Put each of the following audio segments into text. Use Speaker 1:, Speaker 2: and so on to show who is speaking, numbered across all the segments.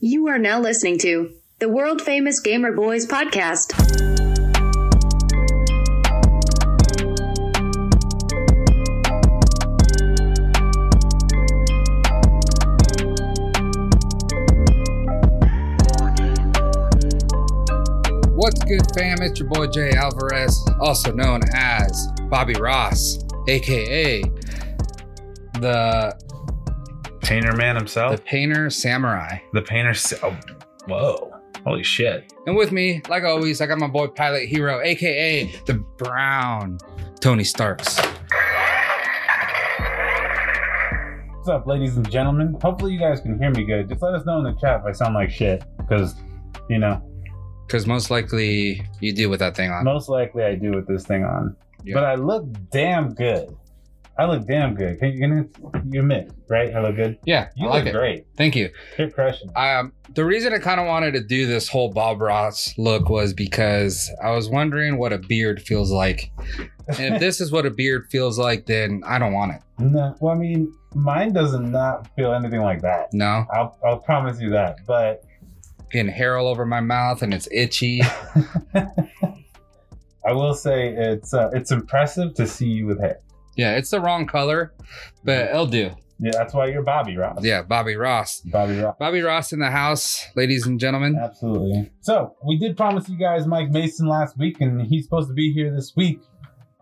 Speaker 1: You are now listening to the world famous Gamer Boys podcast.
Speaker 2: What's good, fam? It's your boy Jay Alvarez, also known as Bobby Ross, aka the
Speaker 3: Painter man
Speaker 2: the
Speaker 3: himself.
Speaker 2: Painter Samurai.
Speaker 3: The, painter. s- Oh, whoa! Holy shit!
Speaker 2: And with me, like always, I got my boy Pilot Hero, aka the Brown Tony Starks.
Speaker 3: What's up, ladies and gentlemen? Hopefully, you guys can hear me good. Just let us know in the chat if I sound like shit, because you know,
Speaker 2: Because most likely you do with that thing on.
Speaker 3: most likely I do with this thing on.
Speaker 2: Yeah.
Speaker 3: But I look damn good. I look damn good. Can you can you admit, right? I look good.
Speaker 2: Yeah,
Speaker 3: You
Speaker 2: I like
Speaker 3: look
Speaker 2: it.
Speaker 3: great.
Speaker 2: Thank you.
Speaker 3: You're crushing. it.
Speaker 2: Um, the reason I kind of wanted to do this whole Bob Ross look was because I was wondering what a beard feels like. And if this is what a beard feels like, then I don't want it.
Speaker 3: No, well, I mean, mine does not feel anything like that.
Speaker 2: No,
Speaker 3: I'll I'll promise you that. But
Speaker 2: getting hair all over my mouth and it's itchy.
Speaker 3: I will say it's uh, it's impressive to see you with hair.
Speaker 2: yeah, it's the wrong color, but it'll do.
Speaker 3: Yeah, that's why you're Bobby Ross.
Speaker 2: Yeah, Bobby Ross.
Speaker 3: Bobby Ross.
Speaker 2: Bobby Ross in the house, ladies and gentlemen.
Speaker 3: Absolutely. So we did promise you guys Mike Mason last week, and he's supposed to be here this week.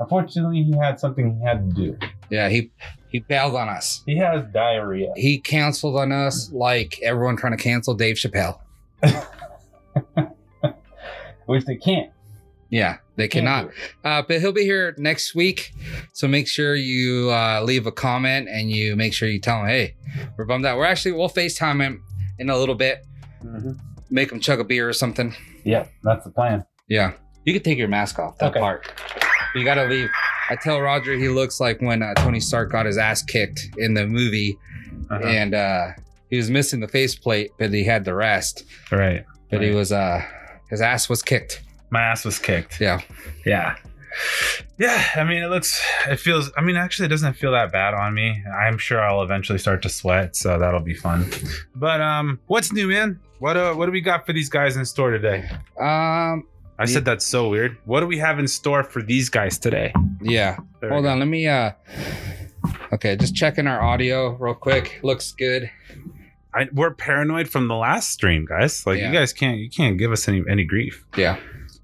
Speaker 3: Unfortunately, he had something he had to do.
Speaker 2: Yeah, he he bailed on us.
Speaker 3: He has diarrhea.
Speaker 2: He canceled on us like everyone trying to cancel Dave Chappelle.
Speaker 3: Which they can't.
Speaker 2: Yeah, they
Speaker 3: Can't
Speaker 2: cannot.
Speaker 3: do it.
Speaker 2: Uh, but he'll be here next week. So make sure you uh, leave a comment and you make sure you tell him, hey, we're bummed out. We're actually, we'll FaceTime him in a little bit,
Speaker 3: Mhm.
Speaker 2: make him chug a beer or something.
Speaker 3: Yeah, that's the plan.
Speaker 2: Yeah. You could take your mask off, that
Speaker 3: Okay.
Speaker 2: part. You got to leave. I tell Roger he looks like when uh, Tony Stark got his ass kicked in the movie
Speaker 3: Uh-huh.
Speaker 2: and uh, he was missing the faceplate, but he had the rest.
Speaker 3: Right.
Speaker 2: But he
Speaker 3: Right.
Speaker 2: was, uh, his ass was kicked.
Speaker 3: My ass was kicked.
Speaker 2: Yeah.
Speaker 3: Yeah. Yeah, I mean, it looks, it feels, I mean, actually, it doesn't feel that bad on me. I'm sure I'll eventually start to sweat, so that'll be fun. But, um, what's new, man? What, uh, what do we got for these guys in store today?
Speaker 2: Um,
Speaker 3: I said that's so weird. What do we have in store for these guys today?
Speaker 2: yeah.
Speaker 3: There we
Speaker 2: Hold
Speaker 3: go.
Speaker 2: on, let me uh Okay, just checking our audio real quick. Looks good.
Speaker 3: I, we're paranoid from the last stream, guys. Like
Speaker 2: Yeah.
Speaker 3: you guys can't you can't give us any any grief.
Speaker 2: Yeah.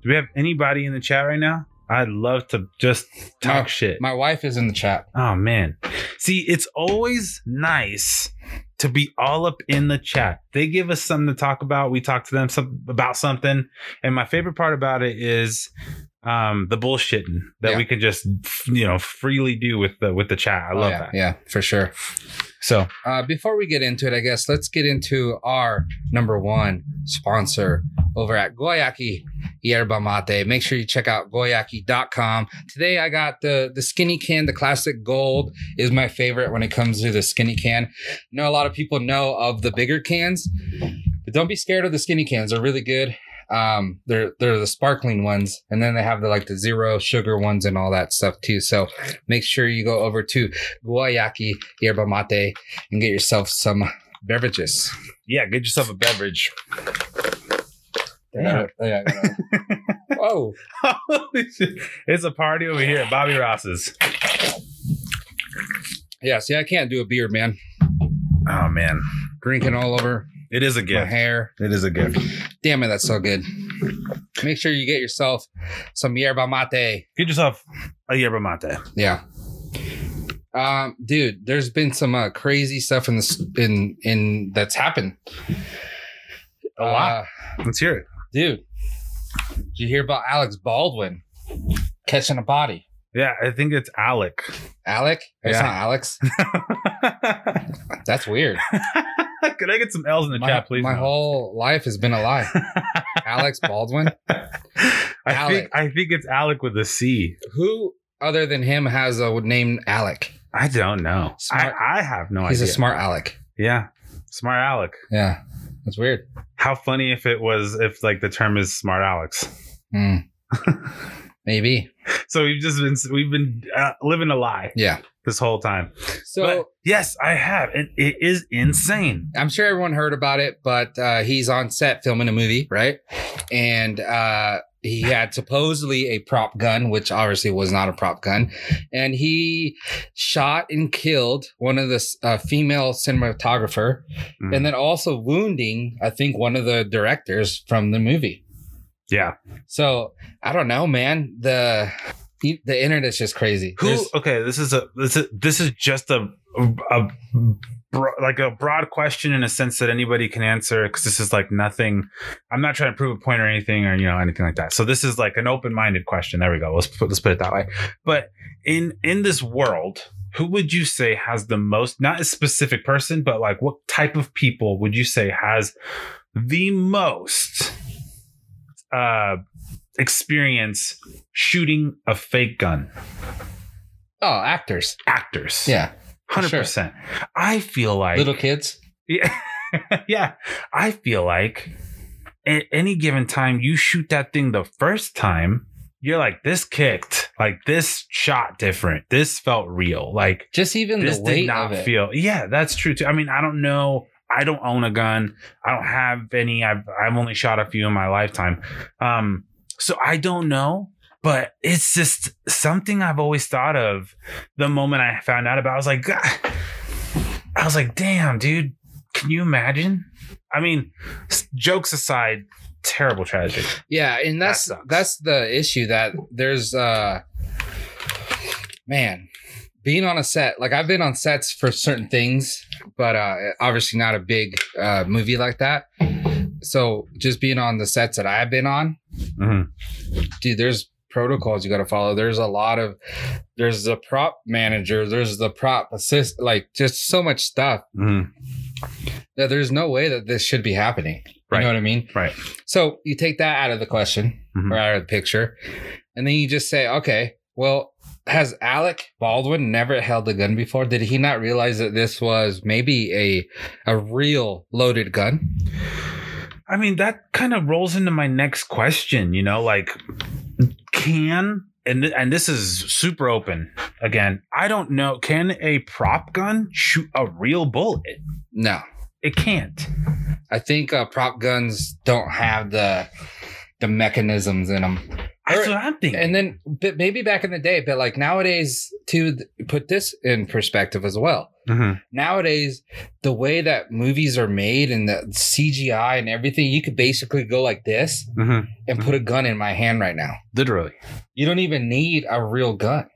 Speaker 3: Do we have anybody in the chat right now? I'd love to just talk shit.
Speaker 2: My wife is in the chat.
Speaker 3: oh man. See, it's always nice to be all up in the chat. They give us something to talk about. We talk to them some, about something. And my favorite part about it is um the bullshitting that
Speaker 2: Yeah.
Speaker 3: we can just f- you know freely do with the with the chat. I love
Speaker 2: Oh, yeah,
Speaker 3: that.
Speaker 2: Yeah, for sure.
Speaker 3: So
Speaker 2: Uh before we get into it, I guess let's get into our number one sponsor over at Goyaki Yerba Mate. Make sure you check out goyaki.com. Today I got the the skinny can, the classic gold is my favorite when it comes to the skinny can. I know a lot of people know of the bigger cans, but don't be scared of the skinny cans. They're really good. Um, they're they're the sparkling ones, and then they have the like the zero sugar ones and all that stuff too. So make sure you go over to Guayaki Yerba Mate and get yourself some beverages.
Speaker 3: yeah, get yourself a beverage. Damn.
Speaker 2: Yeah, yeah. Whoa.
Speaker 3: it's a party over here at Bobby Ross's.
Speaker 2: Yeah, see, I can't do a beard, man.
Speaker 3: Oh man,
Speaker 2: Drinking all over
Speaker 3: it is a
Speaker 2: my hair.
Speaker 3: It is a gift.
Speaker 2: Damn it, that's so good. Make sure you get yourself some yerba mate.
Speaker 3: Get yourself a yerba mate.
Speaker 2: Yeah. Um, dude, there's been some uh, crazy stuff in this in in that's happened.
Speaker 3: A lot.
Speaker 2: Uh,
Speaker 3: Let's hear it.
Speaker 2: dude. Did you hear about Alex Baldwin catching a body?
Speaker 3: Yeah, I think it's Alec.
Speaker 2: Alec? That's
Speaker 3: Yeah.
Speaker 2: not Alex.
Speaker 3: Can
Speaker 2: That's weird.
Speaker 3: I get some L's in the
Speaker 2: my,
Speaker 3: chat, please?
Speaker 2: my
Speaker 3: No.
Speaker 2: whole life has been a lie. Alex Baldwin.
Speaker 3: I
Speaker 2: Alec.
Speaker 3: think I think it's Alec with a C.
Speaker 2: Who other than him has a name Alec?
Speaker 3: I don't know.
Speaker 2: Smart.
Speaker 3: I, I have no
Speaker 2: He's
Speaker 3: idea.
Speaker 2: a smart Alec.
Speaker 3: yeah, smart Alec.
Speaker 2: Yeah. That's weird.
Speaker 3: How funny if it was if like the term is smart Alex.
Speaker 2: Mm. Hmm. Maybe.
Speaker 3: So we've just been we've been uh, living a lie
Speaker 2: Yeah.
Speaker 3: this whole time.
Speaker 2: So
Speaker 3: but yes, I have, and it is insane.
Speaker 2: I'm sure everyone heard about it, but uh, he's on set filming a movie, right? And uh, he had supposedly a prop gun, which obviously was not a prop gun. And he shot and killed one of the s- uh, female cinematographer
Speaker 3: Mm.
Speaker 2: and then also wounding, I think, one of the directors from the movie.
Speaker 3: Yeah.
Speaker 2: So I don't know, man. The e, the internet's just crazy.
Speaker 3: Who?
Speaker 2: There's-
Speaker 3: okay, this is a this is this is just a a bro, like a broad question in a sense that anybody can answer because this is like nothing. I'm not trying to prove a point or anything or you know anything like that. So this is like an open minded question. There we go. Let's put let's put it that way. But in in this world. Who would you say has the most, not a specific person, but like what type of people would you say has the most uh, experience shooting a fake gun?
Speaker 2: oh, actors.
Speaker 3: actors.
Speaker 2: Yeah,
Speaker 3: hundred percent. I feel like
Speaker 2: little kids.
Speaker 3: yeah, yeah. I feel like at any given time you shoot that thing the first time, you're like this kicked, like this shot different, this felt real, like
Speaker 2: Just even
Speaker 3: this
Speaker 2: the
Speaker 3: did
Speaker 2: weight of
Speaker 3: not
Speaker 2: it.
Speaker 3: feel. Yeah, that's true too. I mean, I don't know. I don't own a gun. I don't have any. I've I've only shot a few in my lifetime. Um, so I don't know, but it's just something I've always thought of. The moment I found out about, it, I was like, God. I was like, damn, dude, can you imagine? I mean, s- jokes aside, terrible tragedy.
Speaker 2: Yeah, and that's
Speaker 3: sucks.
Speaker 2: that's the issue that there's uh man, being on a set, like I've been on sets for certain things, but uh obviously not a big uh movie like that. So just being on the sets that I've been on,
Speaker 3: Mhm.
Speaker 2: dude, there's protocols you got to follow. There's a lot of there's the prop manager, there's the prop assist, like just so much stuff
Speaker 3: Mhm.
Speaker 2: that there's no way that this should be happening.
Speaker 3: Right.
Speaker 2: You know what I mean?
Speaker 3: Right.
Speaker 2: So you take that out of the question
Speaker 3: Mhm.
Speaker 2: or out of the picture, and then you just say, okay, well, has Alec Baldwin never held a gun before? Did he not realize that this was maybe a a real loaded gun?
Speaker 3: I mean, that kind of rolls into my next question, you know, like can and th- and this is super open again. I don't know, can a prop gun shoot a real bullet?
Speaker 2: No,
Speaker 3: It can't.
Speaker 2: I think uh, prop guns don't have the the mechanisms in them.
Speaker 3: That's what I'm thinking.
Speaker 2: And then, but maybe back in the day, but like nowadays, to th- put this in perspective as well.
Speaker 3: Mhm.
Speaker 2: nowadays the way that movies are made and the CGI and everything, you could basically go like this
Speaker 3: Mhm.
Speaker 2: and put a gun in my hand right now.
Speaker 3: Literally.
Speaker 2: You don't even need a real gun.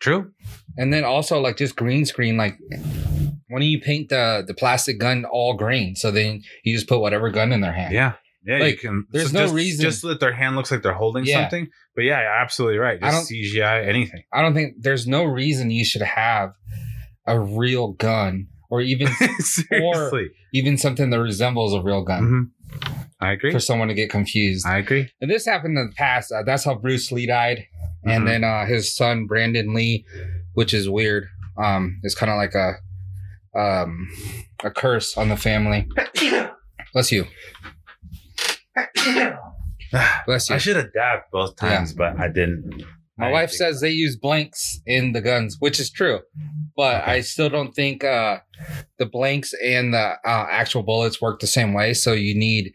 Speaker 3: True.
Speaker 2: And then also like just green screen, like why don't you paint the the plastic gun all green? So then you just put whatever gun in their hand.
Speaker 3: Yeah. Yeah,
Speaker 2: Like,
Speaker 3: can.
Speaker 2: there's
Speaker 3: so
Speaker 2: no
Speaker 3: just,
Speaker 2: reason-
Speaker 3: Just so that their hand looks like they're holding
Speaker 2: Yeah.
Speaker 3: something. But yeah, you're absolutely right.
Speaker 2: I
Speaker 3: Just CGI, anything.
Speaker 2: I don't think there's no reason you should have a real gun or even
Speaker 3: Seriously.
Speaker 2: even something that resembles a real gun
Speaker 3: Mhm. I agree.
Speaker 2: for someone to get confused.
Speaker 3: I agree.
Speaker 2: And this happened in the past. Uh, that's how Bruce Lee died,
Speaker 3: Mhm.
Speaker 2: and then uh, his son Brandon Lee, which is weird. Um, it's kind of like a um, a curse on the family. Bless you. Bless you.
Speaker 3: I should have dabbed both
Speaker 2: Yeah.
Speaker 3: times, but I didn't.
Speaker 2: My
Speaker 3: I
Speaker 2: wife
Speaker 3: think-
Speaker 2: says they use blanks in the guns, which is true, but
Speaker 3: Okay.
Speaker 2: I still don't think uh, the blanks and the uh, actual bullets work the same way. So you need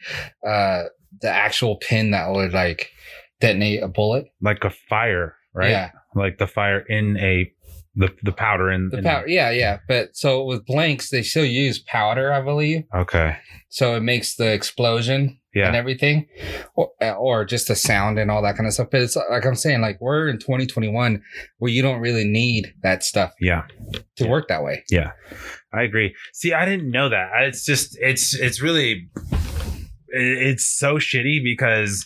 Speaker 2: uh, the actual pin that would like detonate a bullet.
Speaker 3: like a fire, right?
Speaker 2: Yeah.
Speaker 3: Like the fire in a the the powder in
Speaker 2: The
Speaker 3: in-
Speaker 2: powder, yeah, yeah. But so with blanks, they still use powder, I believe.
Speaker 3: Okay.
Speaker 2: So it makes the explosion and
Speaker 3: Yeah.
Speaker 2: everything, or, or just the sound and all that kind of stuff. But it's like I'm saying, like we're in 2021 where you don't really need that stuff
Speaker 3: Yeah.
Speaker 2: to
Speaker 3: Yeah.
Speaker 2: work that way.
Speaker 3: I agree. See, I didn't know that. I- It's just it's it's really it- it's so shitty because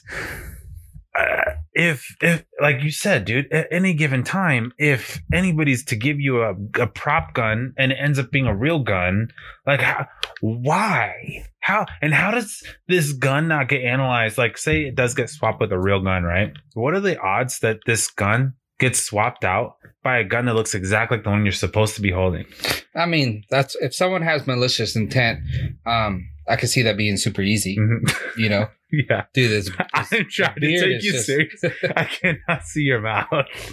Speaker 3: uh, if if like you said, dude, at any given time, if anybody's to give you a, a prop gun and it ends up being a real gun, like how, why? How and how does this gun not get analyzed? Like, say it does get swapped with a real gun, right? What are the odds that this gun gets swapped out by a gun that looks exactly like the one you're supposed to be holding?
Speaker 2: I mean, that's if someone has malicious intent, um, I could see that being super easy,
Speaker 3: Mhm.
Speaker 2: you know.
Speaker 3: yeah.
Speaker 2: Dude, it's,
Speaker 3: I'm trying to
Speaker 2: beard
Speaker 3: take
Speaker 2: is
Speaker 3: you
Speaker 2: just-
Speaker 3: serious. I cannot see your mouth.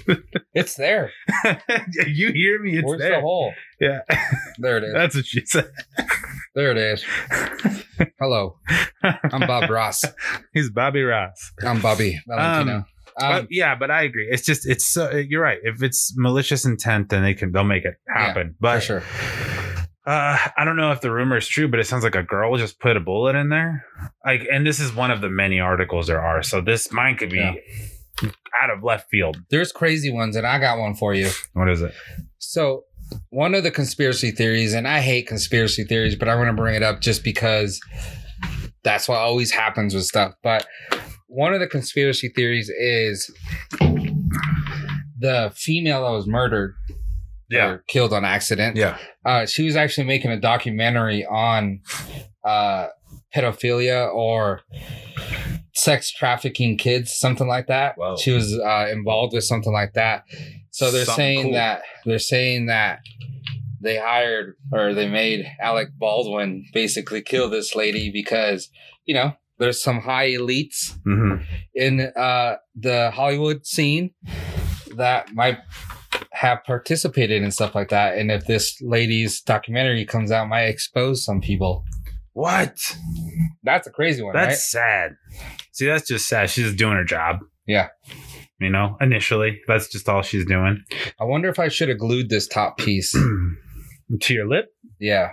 Speaker 2: it's there.
Speaker 3: you hear me? It's
Speaker 2: Where's
Speaker 3: there.
Speaker 2: the hole?
Speaker 3: yeah,
Speaker 2: There it is.
Speaker 3: that's what she said.
Speaker 2: There it is. Hello, I'm Bob Ross.
Speaker 3: He's Bobby Ross.
Speaker 2: I'm Bobby Valentino. Um,
Speaker 3: Uh, yeah, but I agree. It's just it's so eh, you're right. If it's malicious intent, then they can they'll make it happen.
Speaker 2: for
Speaker 3: but
Speaker 2: sure.
Speaker 3: uh, I don't know if the rumor is true, but it sounds like a girl just put a bullet in there. Like, and this is one of the many articles there are. So this mine could be
Speaker 2: Yeah.
Speaker 3: out of left field.
Speaker 2: There's crazy ones, and I got one for you.
Speaker 3: What is it?
Speaker 2: So, one of the conspiracy theories, and I hate conspiracy theories, but I want to bring it up just because that's what always happens with stuff. But one of the conspiracy theories is the female that was murdered or killed on accident.
Speaker 3: yeah,
Speaker 2: uh, she was actually making a documentary on uh, pedophilia or sex trafficking kids, something like that.
Speaker 3: Wow.
Speaker 2: She was uh, involved with something like that. So they're
Speaker 3: Something
Speaker 2: saying
Speaker 3: cool.
Speaker 2: that they're saying that they hired or they made Alec Baldwin basically kill this lady because you know there's some high elites
Speaker 3: hmm
Speaker 2: in uh, the Hollywood scene that might have participated in stuff like that. And if this lady's documentary comes out, might expose some people.
Speaker 3: What?
Speaker 2: That's a crazy one,
Speaker 3: That's sad. See, that's just sad. She's just doing her job.
Speaker 2: Yeah.
Speaker 3: You know, initially, that's just all she's doing.
Speaker 2: right? I wonder if I should have glued this top piece.
Speaker 3: to your lip?
Speaker 2: yeah,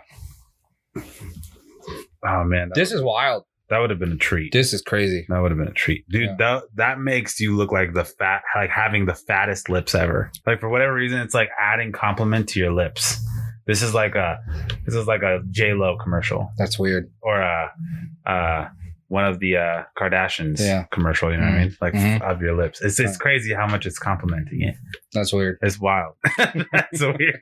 Speaker 3: Oh, man. That,
Speaker 2: this is wild.
Speaker 3: that would have been a treat.
Speaker 2: This is crazy.
Speaker 3: that would have been a treat. Dude,
Speaker 2: Yeah.
Speaker 3: that, that makes you look like the fat, like having the fattest lips ever. Like, for whatever reason, it's like adding compliment to your lips. This is like a, this is like a J-Lo commercial
Speaker 2: That's weird.
Speaker 3: or a, uh, one of the uh, Kardashians
Speaker 2: Yeah.
Speaker 3: commercial, you know what I mean? Like
Speaker 2: Mhm.
Speaker 3: of your lips. It's it's crazy how much it's complimenting it.
Speaker 2: That's weird.
Speaker 3: It's wild. That's weird.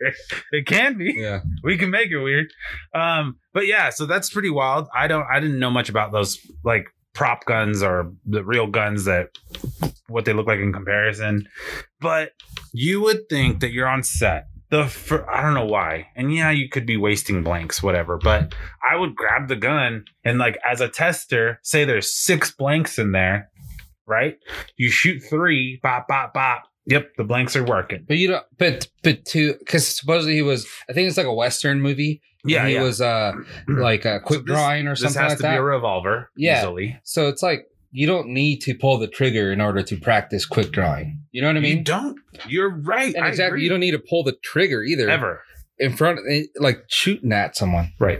Speaker 3: It can be.
Speaker 2: Yeah.
Speaker 3: We can make it weird. Um, but yeah, so that's pretty wild. I don't I didn't know much about those like prop guns or the real guns that what they look like in comparison. But you would think that you're on set. The fir- I don't know why. And yeah, you could be wasting blanks, whatever, but I would grab the gun and like as a tester, say there's six blanks in there, right? You shoot three, bop, bop, bop. Yep, the blanks are working.
Speaker 2: But you don't. But but to because supposedly he was. I think it's like a western movie.
Speaker 3: Yeah,
Speaker 2: he
Speaker 3: yeah.
Speaker 2: was uh like a quick
Speaker 3: So this-
Speaker 2: drawing or
Speaker 3: this
Speaker 2: something
Speaker 3: has
Speaker 2: like
Speaker 3: to
Speaker 2: that.
Speaker 3: be a revolver
Speaker 2: Yeah.
Speaker 3: easily.
Speaker 2: so it's like you don't need to pull the trigger in order to practice quick drawing. You know what I mean?
Speaker 3: you don't. You're right.
Speaker 2: And
Speaker 3: I
Speaker 2: exactly,
Speaker 3: agree.
Speaker 2: you don't need to pull the trigger either.
Speaker 3: ever.
Speaker 2: In front, eh, like shooting at someone.
Speaker 3: Right.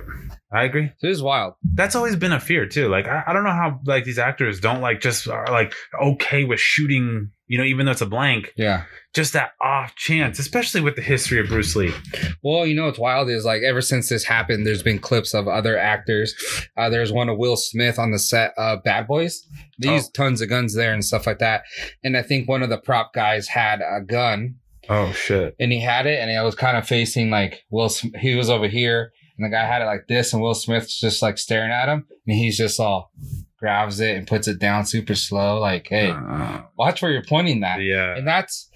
Speaker 3: I agree.
Speaker 2: This is wild.
Speaker 3: That's always been a fear too. Like I, I don't know how like these actors don't like just are like okay with shooting. You know, even though it's a blank,
Speaker 2: Yeah.
Speaker 3: just that off chance, especially with the history of Bruce Lee.
Speaker 2: Well, you know what's wild is like ever since this happened, there's been clips of other actors. Uh, there's one of Will Smith on the set of Bad Boys. They
Speaker 3: Oh.
Speaker 2: used tons of guns there and stuff like that. And I think one of the prop guys had a gun
Speaker 3: Oh shit!
Speaker 2: and he had it and it was kind of facing like Will Smith. He was over here and the guy had it like this and Will Smith's just like staring at him and he's just all grabs it and puts it down super slow like,
Speaker 3: Uh,
Speaker 2: hey, watch where you're pointing that.
Speaker 3: yeah.
Speaker 2: And that's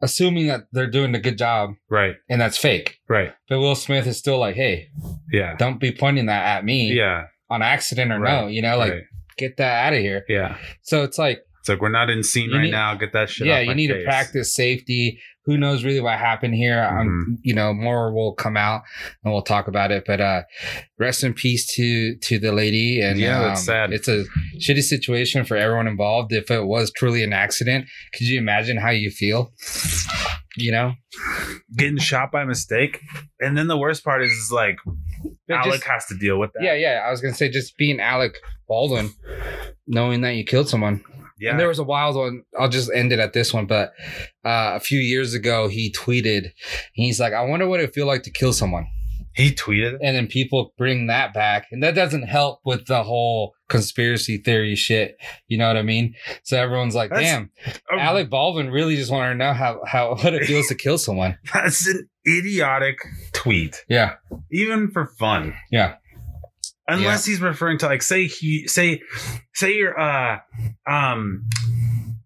Speaker 2: assuming that they're doing a good job
Speaker 3: Right.
Speaker 2: and that's fake.
Speaker 3: Right.
Speaker 2: But Will Smith is still like, hey,
Speaker 3: Yeah.
Speaker 2: don't be pointing that at me
Speaker 3: Yeah.
Speaker 2: on accident or no,
Speaker 3: Right.
Speaker 2: you know, like
Speaker 3: right.
Speaker 2: get that out of here.
Speaker 3: Yeah.
Speaker 2: So it's like,
Speaker 3: It's like we're not in scene
Speaker 2: You
Speaker 3: right
Speaker 2: need-
Speaker 3: now. Get that shit.
Speaker 2: yeah,
Speaker 3: off
Speaker 2: you
Speaker 3: my
Speaker 2: need to
Speaker 3: face.
Speaker 2: practice safety. Who knows really what happened here?
Speaker 3: Mm-hmm.
Speaker 2: Um, you know, more will come out and we'll talk about it. But uh rest in peace to to the lady. And
Speaker 3: Yeah,
Speaker 2: um,
Speaker 3: that's sad.
Speaker 2: It's a shitty situation for everyone involved. If it was truly an accident, could you imagine how you feel? You know,
Speaker 3: getting shot by mistake. And then the worst part is, is like
Speaker 2: But
Speaker 3: Alec
Speaker 2: just-
Speaker 3: has to deal with that.
Speaker 2: Yeah, yeah. I was gonna say just being Alec Baldwin, knowing that you killed someone.
Speaker 3: yeah.
Speaker 2: And there was a wild one. I'll just end it at this one, but uh, a few years ago he tweeted, he's like, "I wonder what it would feel like to kill someone,"
Speaker 3: he tweeted.
Speaker 2: and then people bring that back, and that doesn't help with the whole conspiracy theory shit. You know what I mean? So everyone's like,
Speaker 3: That's-
Speaker 2: "Damn,
Speaker 3: Oh,
Speaker 2: Alec Baldwin really just wanted to know how how what it feels to kill someone."
Speaker 3: that's an idiotic tweet,
Speaker 2: Yeah,
Speaker 3: even for fun.
Speaker 2: Yeah.
Speaker 3: Unless he's referring to like say he say say you're uh um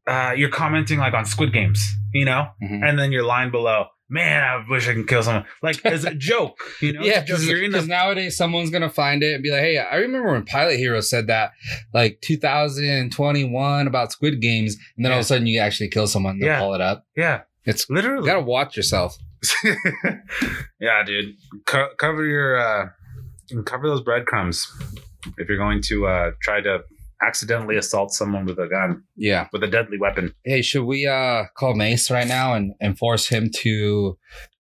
Speaker 3: uh you're commenting like on Squid Games, you know,
Speaker 2: Mhm.
Speaker 3: and then your line below man, I wish I can kill someone. Like as a joke, you know?
Speaker 2: yeah,
Speaker 3: It's a joke.
Speaker 2: because
Speaker 3: You're in the
Speaker 2: nowadays someone's gonna find it and be like, "Hey, I remember when Pilot Hero said that, like 2021 about Squid Games," and then all of a sudden you actually kill someone, they
Speaker 3: Yeah.
Speaker 2: pull it up.
Speaker 3: yeah,
Speaker 2: It's you
Speaker 3: literally.
Speaker 2: gotta watch yourself.
Speaker 3: yeah, dude. Co- cover your uh, cover those breadcrumbs if you're going to uh, try to accidentally assault someone with a gun
Speaker 2: Yeah.
Speaker 3: with a deadly weapon.
Speaker 2: Hey, should we uh call Mace right now and and force him to do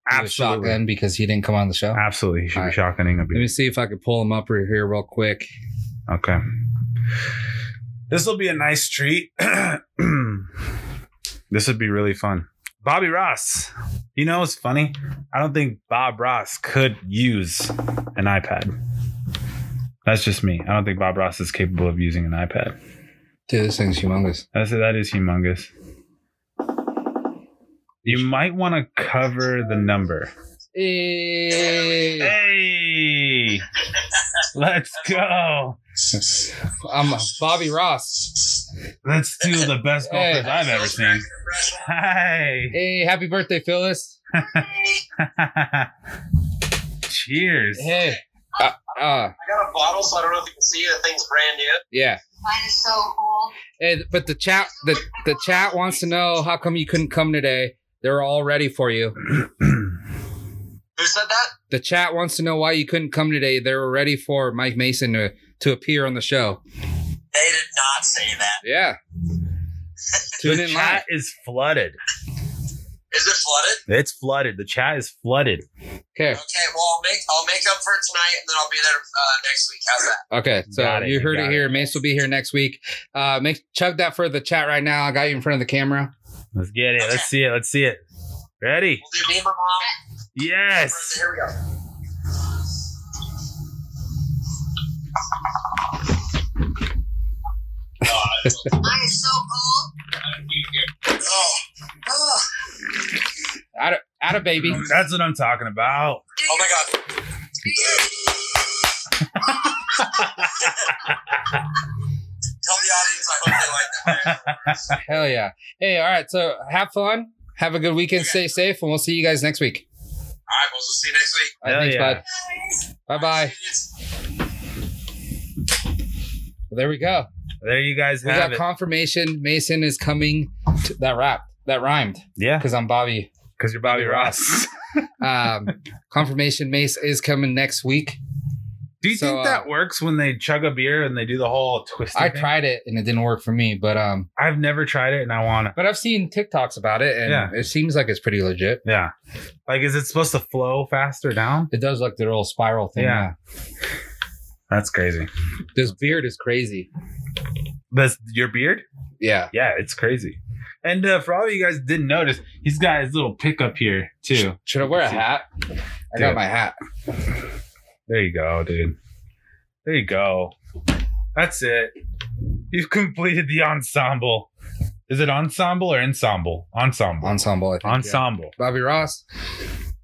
Speaker 2: a
Speaker 3: Absolutely,
Speaker 2: shotgun because he didn't come on the show?
Speaker 3: absolutely. You should
Speaker 2: All right.
Speaker 3: be shotgunning a
Speaker 2: Let me
Speaker 3: beer.
Speaker 2: see if I could pull him up right here real quick.
Speaker 3: Okay. This will be a nice treat. this would be really fun. Bobby Ross. You know what's funny? I don't think Bob Ross could use an iPad. That's just me. I don't think Bob Ross is capable of using an iPad.
Speaker 2: Dude, this thing's humongous.
Speaker 3: That's that is humongous. You might want to cover the number.
Speaker 2: Hey.
Speaker 3: Hey, let's go.
Speaker 2: I'm Bobby Ross.
Speaker 3: Let's do the best golf
Speaker 2: Hey.
Speaker 3: hey. I've ever seen. Hi.
Speaker 2: Hey, happy birthday, Phyllis.
Speaker 3: Cheers.
Speaker 2: Hey. Uh, uh,
Speaker 4: I got a bottle, so I don't know if you can see it. The thing's brand new.
Speaker 2: yeah.
Speaker 5: Mine is so cool.
Speaker 2: And but the chat the, the chat wants to know how come you couldn't come today. They're all ready for you.
Speaker 4: Who said that?
Speaker 2: The chat wants to know why you couldn't come today. They were ready for Mike Mason to, to appear on the show.
Speaker 4: They did not say that.
Speaker 2: Yeah. Tune
Speaker 3: The
Speaker 2: in live.
Speaker 3: chat is flooded.
Speaker 4: Is it flooded?
Speaker 3: It's flooded. The chat is flooded.
Speaker 2: Okay.
Speaker 4: Okay, well I'll make I'll make up for it tonight, and then I'll be there uh, next week. How's that?
Speaker 2: Okay. So
Speaker 3: Got it,
Speaker 2: you
Speaker 3: you
Speaker 2: heard it,
Speaker 3: got
Speaker 2: here. Mace will be here next week. Uh make chug that for the chat right now. I got you in front of the camera.
Speaker 3: Let's get it. Let's see it. Let's see it. Ready?
Speaker 4: We'll do me and my mom.
Speaker 3: Yes.
Speaker 4: Here we go.
Speaker 5: Mine is so cool.
Speaker 4: Oh,
Speaker 5: Ugh.
Speaker 2: Out of out of baby.
Speaker 3: That's what I'm talking about.
Speaker 4: oh my god. Tell the audience I hope they like that.
Speaker 2: Hell yeah. Hey, all right. So have fun. Have a good weekend. Stay safe, and we'll see you guys next week.
Speaker 4: All right, well, we'll see you next week.
Speaker 2: All right,
Speaker 3: Hell
Speaker 2: thanks,
Speaker 3: yeah.
Speaker 2: bud. Bye bye. there we go.
Speaker 3: There you guys
Speaker 2: We
Speaker 3: have
Speaker 2: got
Speaker 3: it.
Speaker 2: confirmation. Mason is coming. To, that rap. That rhymed
Speaker 3: yeah,
Speaker 2: because I'm Bobby.
Speaker 3: because you're Bobby Ross.
Speaker 2: Um, confirmation. Mace is coming next week.
Speaker 3: Do you
Speaker 2: So, uh,
Speaker 3: think that works when they chug a beer and they do the whole twist?
Speaker 2: I tried it and it didn't work for me, but um,
Speaker 3: I've never tried it, and I want to.
Speaker 2: but I've seen TikToks about it, and
Speaker 3: Yeah.
Speaker 2: it seems like it's pretty legit.
Speaker 3: Yeah, like is it supposed to flow faster down?
Speaker 2: It does like the little spiral thing.
Speaker 3: Yeah. That's crazy.
Speaker 2: yeah. This beard is crazy.
Speaker 3: That's your beard.
Speaker 2: Yeah.
Speaker 3: Yeah, it's crazy. And uh, for all of you guys that didn't notice, he's got his little pickup here too.
Speaker 2: Should I wear a hat? I got
Speaker 3: Dude.
Speaker 2: my hat.
Speaker 3: There you go, dude. There you go. That's it. You've completed the ensemble. Is it ensemble or ensemble? Ensemble.
Speaker 2: Ensemble. I think, yeah.
Speaker 3: ensemble.
Speaker 2: Bobby Ross.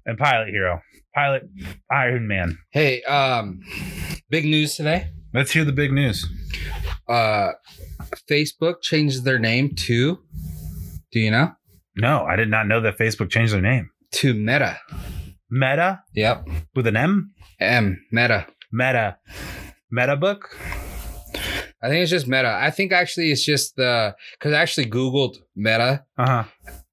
Speaker 3: and Pilot Hero, Pilot Iron Man.
Speaker 2: Hey, um, big news today.
Speaker 3: Let's hear the big news.
Speaker 2: Uh, Facebook changed their name to, do you know,
Speaker 3: No, I did not know that Facebook changed their name.
Speaker 2: to Meta.
Speaker 3: Meta
Speaker 2: Yep,
Speaker 3: with an M.
Speaker 2: M Meta.
Speaker 3: Meta. Meta book.
Speaker 2: I think it's just Meta. I think actually it's just the because I actually Googled Meta
Speaker 3: Uh huh.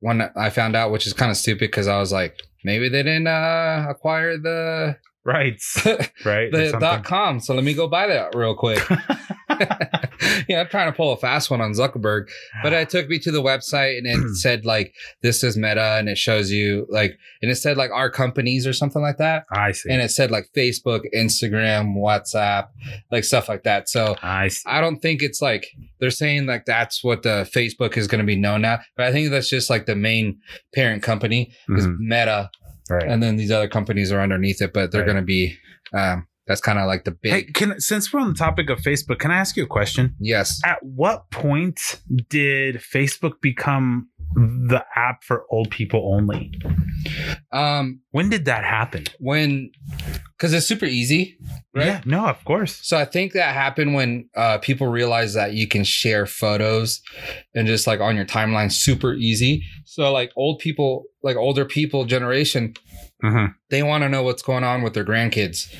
Speaker 2: when I found out, which is kind of stupid because I was like, maybe they didn't uh, acquire the
Speaker 3: Rights. Right. or
Speaker 2: the
Speaker 3: something.
Speaker 2: dot com. So let me go buy that real quick. yeah, I'm trying to pull a fast one on Zuckerberg, but it took me to the website and it said like this is Meta, and it shows you like, and it said like our companies or something like that,
Speaker 3: I see.
Speaker 2: and it said like Facebook, Instagram, WhatsApp, like stuff like that. So
Speaker 3: I see.
Speaker 2: I don't think it's like they're saying like that's what the Facebook is going to be known at, but I think that's just like the main parent company is
Speaker 3: Mhm.
Speaker 2: Meta,
Speaker 3: Right.
Speaker 2: and then these other companies are underneath it, but they're
Speaker 3: Right.
Speaker 2: going to be. Um, that's kind of like the big
Speaker 3: hey, can since we're on the topic of Facebook, can I ask you a question?
Speaker 2: Yes.
Speaker 3: At what point did Facebook become the app for old people only?
Speaker 2: Um,
Speaker 3: When did that happen?
Speaker 2: when because it's super easy, right?
Speaker 3: Yeah, no, of course.
Speaker 2: So I think that happened when uh, people realized that you can share photos and just like on your timeline super easy. So like old people, like older people generation,
Speaker 3: Uh-huh.
Speaker 2: they want to know what's going on with their grandkids.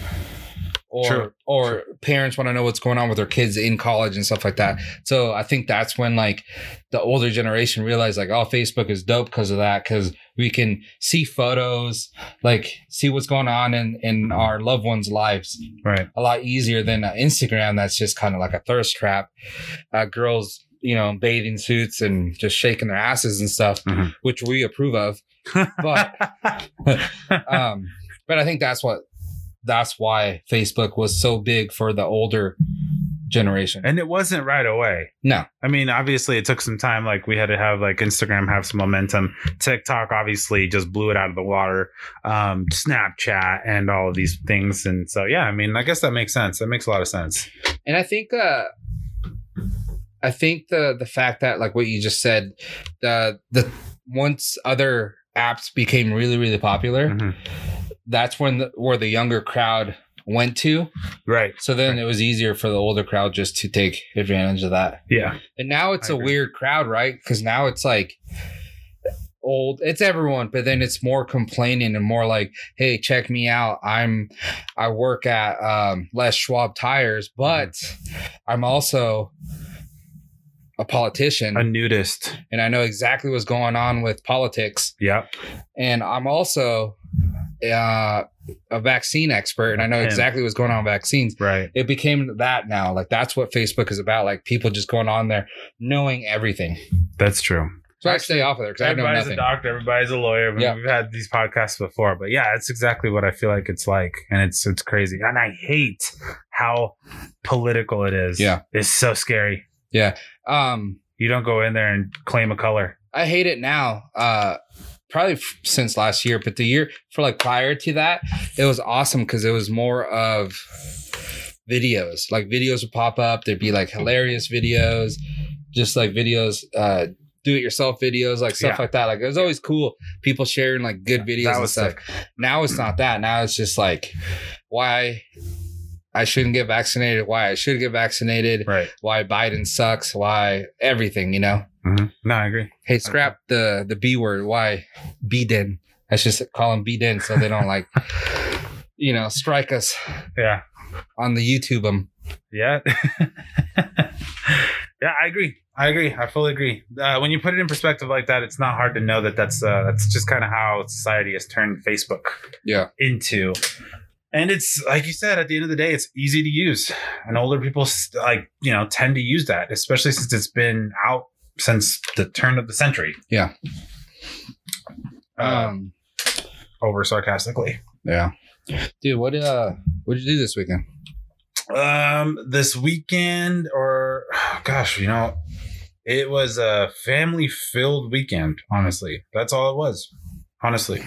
Speaker 2: Or,
Speaker 3: True.
Speaker 2: or parents want to know what's going on with their kids in college and stuff like that. So I think that's when like the older generation realized like, oh, Facebook is dope because of that, because we can see photos, like see what's going on in in our loved ones' lives
Speaker 3: Right.
Speaker 2: a lot easier than uh, Instagram. That's just kind of like a thirst trap. Uh, girls, you know, in bathing suits and just shaking their asses and stuff,
Speaker 3: Mhm.
Speaker 2: which we approve of. But um, but I think that's what that's why Facebook was so big for the older generation.
Speaker 3: and it wasn't right away.
Speaker 2: No,
Speaker 3: I mean, obviously, it took some time. Like we had to have like Instagram have some momentum. TikTok obviously just blew it out of the water. Um, Snapchat and all of these things. And so, yeah, I mean, I guess that makes sense. That makes a lot of sense.
Speaker 2: and I think uh, I think the the fact that like what you just said, the the once other apps became really really popular.
Speaker 3: Mhm.
Speaker 2: that's when the, where the younger crowd went to.
Speaker 3: Right.
Speaker 2: So then it was easier for the older crowd just to take advantage of that.
Speaker 3: Yeah.
Speaker 2: And now it's
Speaker 3: I
Speaker 2: a
Speaker 3: agree.
Speaker 2: weird crowd, right? Because now it's like old, it's everyone, but then it's more complaining and more like, "Hey, check me out. I'm I work at um, Les Schwab Tires,
Speaker 3: Mm-hmm.
Speaker 2: but I'm also." A politician,
Speaker 3: A nudist.
Speaker 2: and I know exactly what's going on with politics
Speaker 3: Yeah.
Speaker 2: and I'm also uh, a vaccine expert, and I know
Speaker 3: Him.
Speaker 2: exactly what's going on with vaccines.
Speaker 3: Right.
Speaker 2: It became that now, like that's what Facebook is about. Like people just going on there, knowing everything.
Speaker 3: That's true.
Speaker 2: So I stay off of there because I know
Speaker 3: Everybody's
Speaker 2: nothing.
Speaker 3: a doctor. Everybody's a lawyer. We-
Speaker 2: Yeah.
Speaker 3: We've had these podcasts before, but yeah, it's exactly what I feel like it's like, and it's it's crazy. And I hate how political it is.
Speaker 2: Yeah.
Speaker 3: it's so scary.
Speaker 2: Um,
Speaker 3: You don't go in there and claim a color.
Speaker 2: I hate it now. Uh, probably f- since last year, but the year for like prior to that, it was awesome because it was more of videos. Like videos would pop up. There'd be like hilarious videos, just like videos, uh, do it yourself videos, like stuff
Speaker 3: Yeah.
Speaker 2: like that. Like it was always cool. People sharing like good videos
Speaker 3: That
Speaker 2: and
Speaker 3: was
Speaker 2: stuff.
Speaker 3: sick.
Speaker 2: Now it's not that. Now it's just like why I shouldn't get vaccinated, why I should get vaccinated,
Speaker 3: Right.
Speaker 2: why Biden sucks, why everything, you know?
Speaker 3: Mhm. No, I agree.
Speaker 2: Hey, scrap the the B word. Why Biden? I should s- call him Biden so they don't like, you know, strike us
Speaker 3: Yeah.
Speaker 2: on the YouTube. Um,
Speaker 3: Yeah. yeah, I agree. I agree. I fully agree. Uh, when you put it in perspective like that, it's not hard to know that that's uh, that's just kind of how society has turned Facebook
Speaker 2: yeah,
Speaker 3: into. And it's like you said, at the end of the day, it's easy to use, and older people s- like you know tend to use that, especially since it's been out since the turn of the century.
Speaker 2: Yeah.
Speaker 3: Uh,
Speaker 2: um,
Speaker 3: over sarcastically.
Speaker 2: yeah, dude. What uh, what did you do this weekend?
Speaker 3: um this weekend or gosh you know it was a family filled weekend honestly that's all it was honestly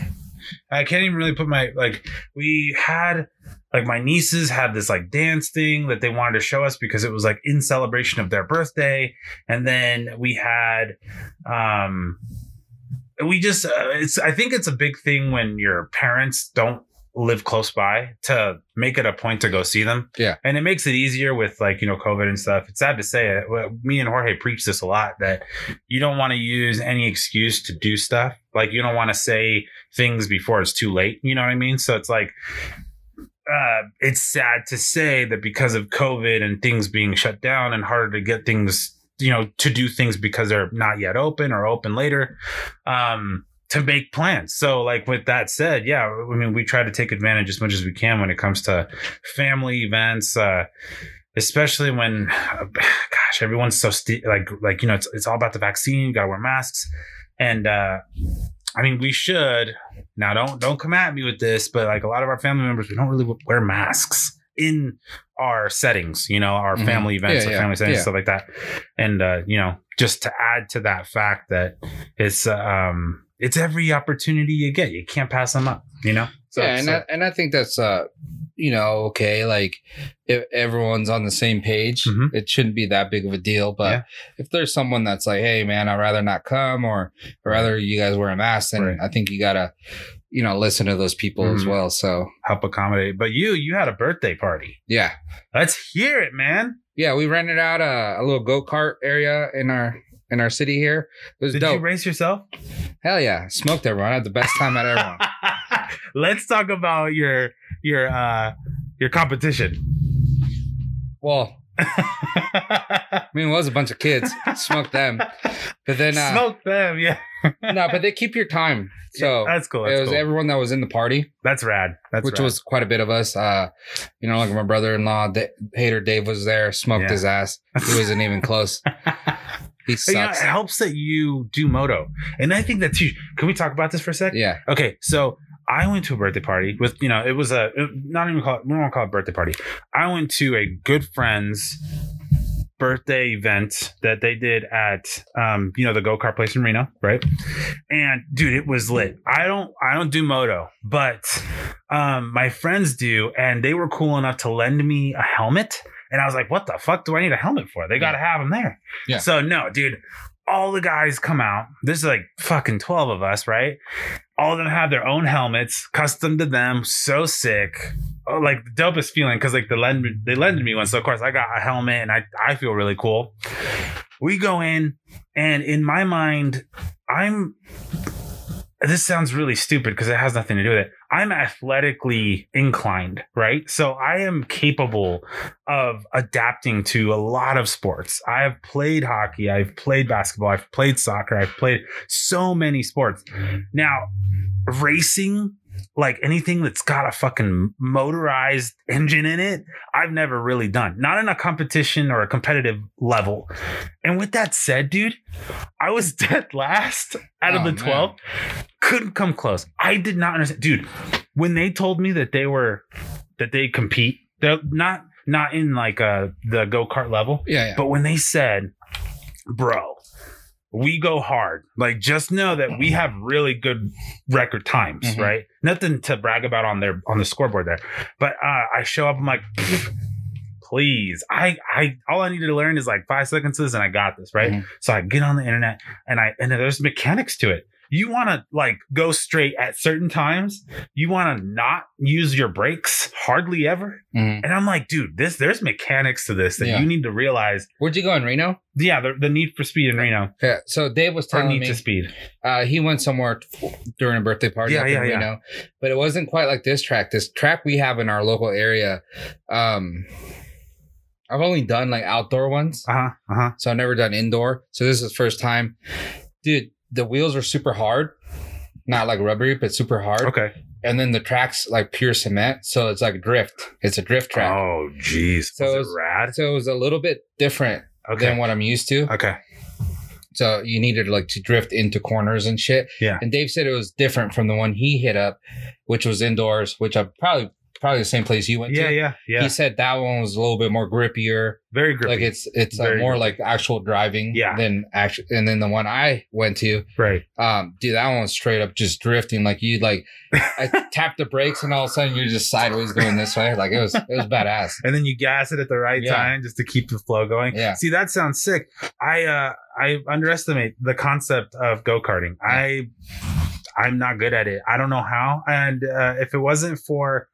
Speaker 3: i can't even really put my like we had like my nieces had this like dance thing that they wanted to show us because it was like in celebration of their birthday and then we had um we just uh, it's i think it's a big thing when your parents don't live close by to make it a point to go see them
Speaker 2: Yeah.
Speaker 3: and it makes it easier with like you know covid and stuff it's sad to say it well, me and jorge preach this a lot that you don't want to use any excuse to do stuff like you don't want to say things before it's too late you know what i mean so it's like uh, it's sad to say that because of COVID and things being shut down and harder to get things, you know, to do things because they're not yet open or open later, um, to make plans. So, like with that said, yeah, I mean, we try to take advantage as much as we can when it comes to family events, uh, especially when, gosh, everyone's so sti like, like you know, it's it's all about the vaccine. You gotta wear masks, and uh, I mean, we should now don't don't come at me with this but like a lot of our family members we don't really wear masks in our settings you know our
Speaker 2: Mhm.
Speaker 3: family events
Speaker 2: Yeah,
Speaker 3: our
Speaker 2: yeah,
Speaker 3: family settings
Speaker 2: yeah.
Speaker 3: stuff like that and uh you know just to add to that fact that it's um it's every opportunity you get you can't pass them up you know
Speaker 2: yeah, and
Speaker 3: so-
Speaker 2: I, and I think that's uh you know, okay, like if everyone's on the same page,
Speaker 3: Mhm.
Speaker 2: it shouldn't be that big of a deal. But
Speaker 3: Yeah.
Speaker 2: if there's someone that's like, hey, man, I'd rather not come or I'd rather you guys wear a mask, then
Speaker 3: Right.
Speaker 2: I think you got to, you know, listen to those people as
Speaker 3: Mhm.
Speaker 2: well. So,
Speaker 3: help accommodate. But you, you had a birthday party.
Speaker 2: yeah.
Speaker 3: Let's hear it, man.
Speaker 2: Yeah, we rented out a, a little go kart area in our in our city here. It was
Speaker 3: Did
Speaker 2: dope.
Speaker 3: you race yourself?
Speaker 2: Hell yeah, smoked everyone. I had the best time out of everyone.
Speaker 3: Let's talk about your your uh your competition.
Speaker 2: Well, I mean, it was a bunch of kids. Smoked them, but then uh,
Speaker 3: Smoke them, yeah.
Speaker 2: no, but they keep your time. So
Speaker 3: that's cool.
Speaker 2: Oh, it
Speaker 3: Oh, That's,
Speaker 2: was
Speaker 3: cool.
Speaker 2: everyone that was in the party,
Speaker 3: that's rad. That's
Speaker 2: which
Speaker 3: rad.
Speaker 2: was quite a bit of us. Uh, you know, like my brother-in-law, Da- hater Dave was there. Smoked
Speaker 3: Yeah.
Speaker 2: his ass. He wasn't even close. He
Speaker 3: You know, it
Speaker 2: sucks.
Speaker 3: helps that you do moto, and I think that's huge. Can we talk about this for a sec?
Speaker 2: Yeah,
Speaker 3: Okay, so I went to a birthday party with you know it was a not even call it, we don't want to call it a birthday party. I went to a good friend's birthday event that they did at um you know the go kart place in Reno, right? And dude, it was lit. I don't I don't do moto, but um my friends do, and they were cool enough to lend me a helmet. And I was like, what the fuck do I need a helmet for? They got to have them there.
Speaker 2: Yeah.
Speaker 3: So no, dude. All the guys come out. There's like fucking 12 of us, right? all of them have their own helmets, custom to them. So sick. Oh, like the dopest feeling because like they lend they lended me one, so of course I got a helmet and I I feel really cool. We go in, and in my mind, I'm. This sounds really stupid because it has nothing to do with it. I'm athletically inclined, right? So I am capable of adapting to a lot of sports. I have played hockey, I've played basketball, I've played soccer, I've played so many sports. Now, racing, like anything that's got a fucking motorized engine in it, I've never really done. Not in a competition or a competitive level. And with that said, dude, I was dead last out
Speaker 2: Oh,
Speaker 3: of the
Speaker 2: man.
Speaker 3: 12. Couldn't come close. I did not understand. Dude, when they told me that they were that they compete, they're not not in like uh the go-kart level.
Speaker 2: yeah, yeah.
Speaker 3: But when they said, bro, we go hard, like just know that we have really good record times,
Speaker 2: Mhm.
Speaker 3: right? Nothing to brag about on their on the scoreboard there. But uh, I show up, I'm like, please. I I all I needed to learn is like five seconds to this, and I got this, right?
Speaker 2: Mhm.
Speaker 3: So I get on the internet and I and there's mechanics to it. You want to like go straight at certain times. You want to not use your brakes hardly ever.
Speaker 2: Mhm.
Speaker 3: And I'm like, dude, this there's mechanics to this that
Speaker 2: Yeah.
Speaker 3: you need to realize.
Speaker 2: Where'd you go in Reno?
Speaker 3: Yeah, the, the need for speed in Reno
Speaker 2: Yeah. So Dave was
Speaker 3: or
Speaker 2: telling
Speaker 3: need
Speaker 2: me
Speaker 3: to speed.
Speaker 2: Uh, he went somewhere during a birthday party.
Speaker 3: Yeah,
Speaker 2: up in
Speaker 3: yeah, yeah.
Speaker 2: Reno, But it wasn't quite like this track. This track we have in our local area, um, I've only done like outdoor ones,
Speaker 3: Uh huh. Uh huh.
Speaker 2: so I've never done indoor. So this is first time, dude. The wheels are super hard, not like rubbery, but super hard.
Speaker 3: Okay.
Speaker 2: And then the tracks like pure cement, so it's like drift. It's a drift track.
Speaker 3: Oh, jeez.
Speaker 2: So
Speaker 3: So
Speaker 2: it
Speaker 3: was
Speaker 2: was-
Speaker 3: it rad?
Speaker 2: So it was a little bit different
Speaker 3: Oh. Okay.
Speaker 2: than what I'm used to.
Speaker 3: Okay.
Speaker 2: So you needed like to drift into corners and shit.
Speaker 3: Yeah.
Speaker 2: And Dave said it was different from the one he hit up, which was indoors, which I probably probably the same place you went
Speaker 3: Yeah,
Speaker 2: to.
Speaker 3: yeah, yeah.
Speaker 2: He said that one was a little bit more grippier.
Speaker 3: Very grippy.
Speaker 2: Like it's it's uh,
Speaker 3: Very
Speaker 2: more
Speaker 3: grippy.
Speaker 2: like actual driving
Speaker 3: Yeah.
Speaker 2: than actual and then the one I went to,
Speaker 3: right.
Speaker 2: um, dude, that one was straight up just drifting. Like you like I tapped the brakes and all of a sudden you're just sideways going this way. Like it was it was badass.
Speaker 3: and then you gas it at the right
Speaker 2: Yeah.
Speaker 3: time just to keep the flow going.
Speaker 2: Yeah.
Speaker 3: See, that sounds sick. I uh I underestimate the concept of go-karting. I I'm not good at it. I don't know how. And uh, if it wasn't for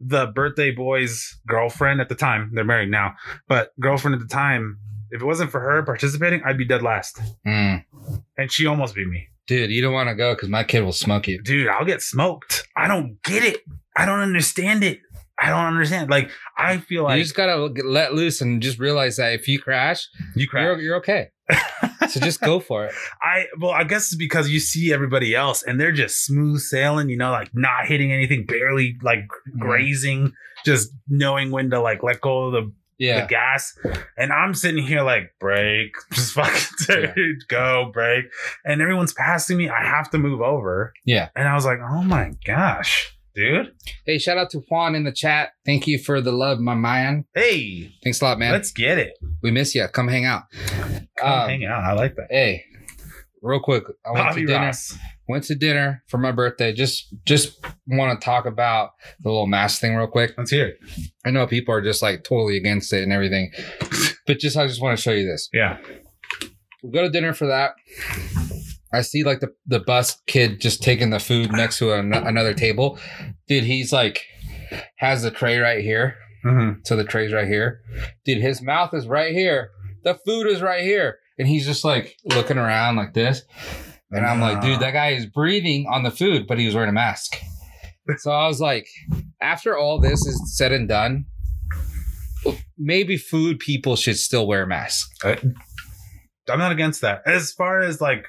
Speaker 3: the birthday boy's girlfriend at the time, they're married now, but girlfriend at the time, if it wasn't for her participating, I'd be dead last.
Speaker 2: Mm.
Speaker 3: And she almost beat me.
Speaker 2: Dude, you don't want to go because my kid will smoke you.
Speaker 3: Dude, I'll get smoked. I don't get it. I don't understand it. I don't understand. Like I feel like
Speaker 2: you just gotta get- let loose and just realize that if you crash,
Speaker 3: you crash.
Speaker 2: You're, you're okay. so just go for it.
Speaker 3: I well, I guess it's because you see everybody else and they're just smooth sailing, you know, like not hitting anything, barely like grazing, just knowing when to like let go of the, the
Speaker 2: Mm. Yeah.
Speaker 3: gas. And I'm sitting here like break, just fucking dude, go break. And everyone's passing me. I have to move over.
Speaker 2: Yeah.
Speaker 3: And I was like, oh my gosh, dude.
Speaker 2: Hey, shout out to Juan in the chat. Thank you for the love, my man.
Speaker 3: Hey,
Speaker 2: Thanks a lot, man.
Speaker 3: let's get it.
Speaker 2: we miss you. Come hang out.
Speaker 3: Come
Speaker 2: Um,
Speaker 3: hang out. I like that.
Speaker 2: Hey, real quick. I went
Speaker 3: Bobby
Speaker 2: to dinner.
Speaker 3: Ross.
Speaker 2: Went to dinner for my birthday. Just just want to talk about the little mask thing real quick.
Speaker 3: Let's hear it.
Speaker 2: I know people are just like totally against it and everything, but just I just want to show you this.
Speaker 3: Yeah.
Speaker 2: We go to dinner for that. I see like the the bus kid just taking the food next to an- another table. Dude, he's like has the tray right here.
Speaker 3: Mhm.
Speaker 2: So the tray's right here. Dude, his mouth is right here. The food is right here. And he's just like looking around like this. And I'm like, dude, that guy is breathing on the food, but he was wearing a mask. So I was like, after all this is said and done, maybe food people should still wear masks.
Speaker 3: I'm not against that. As far as like,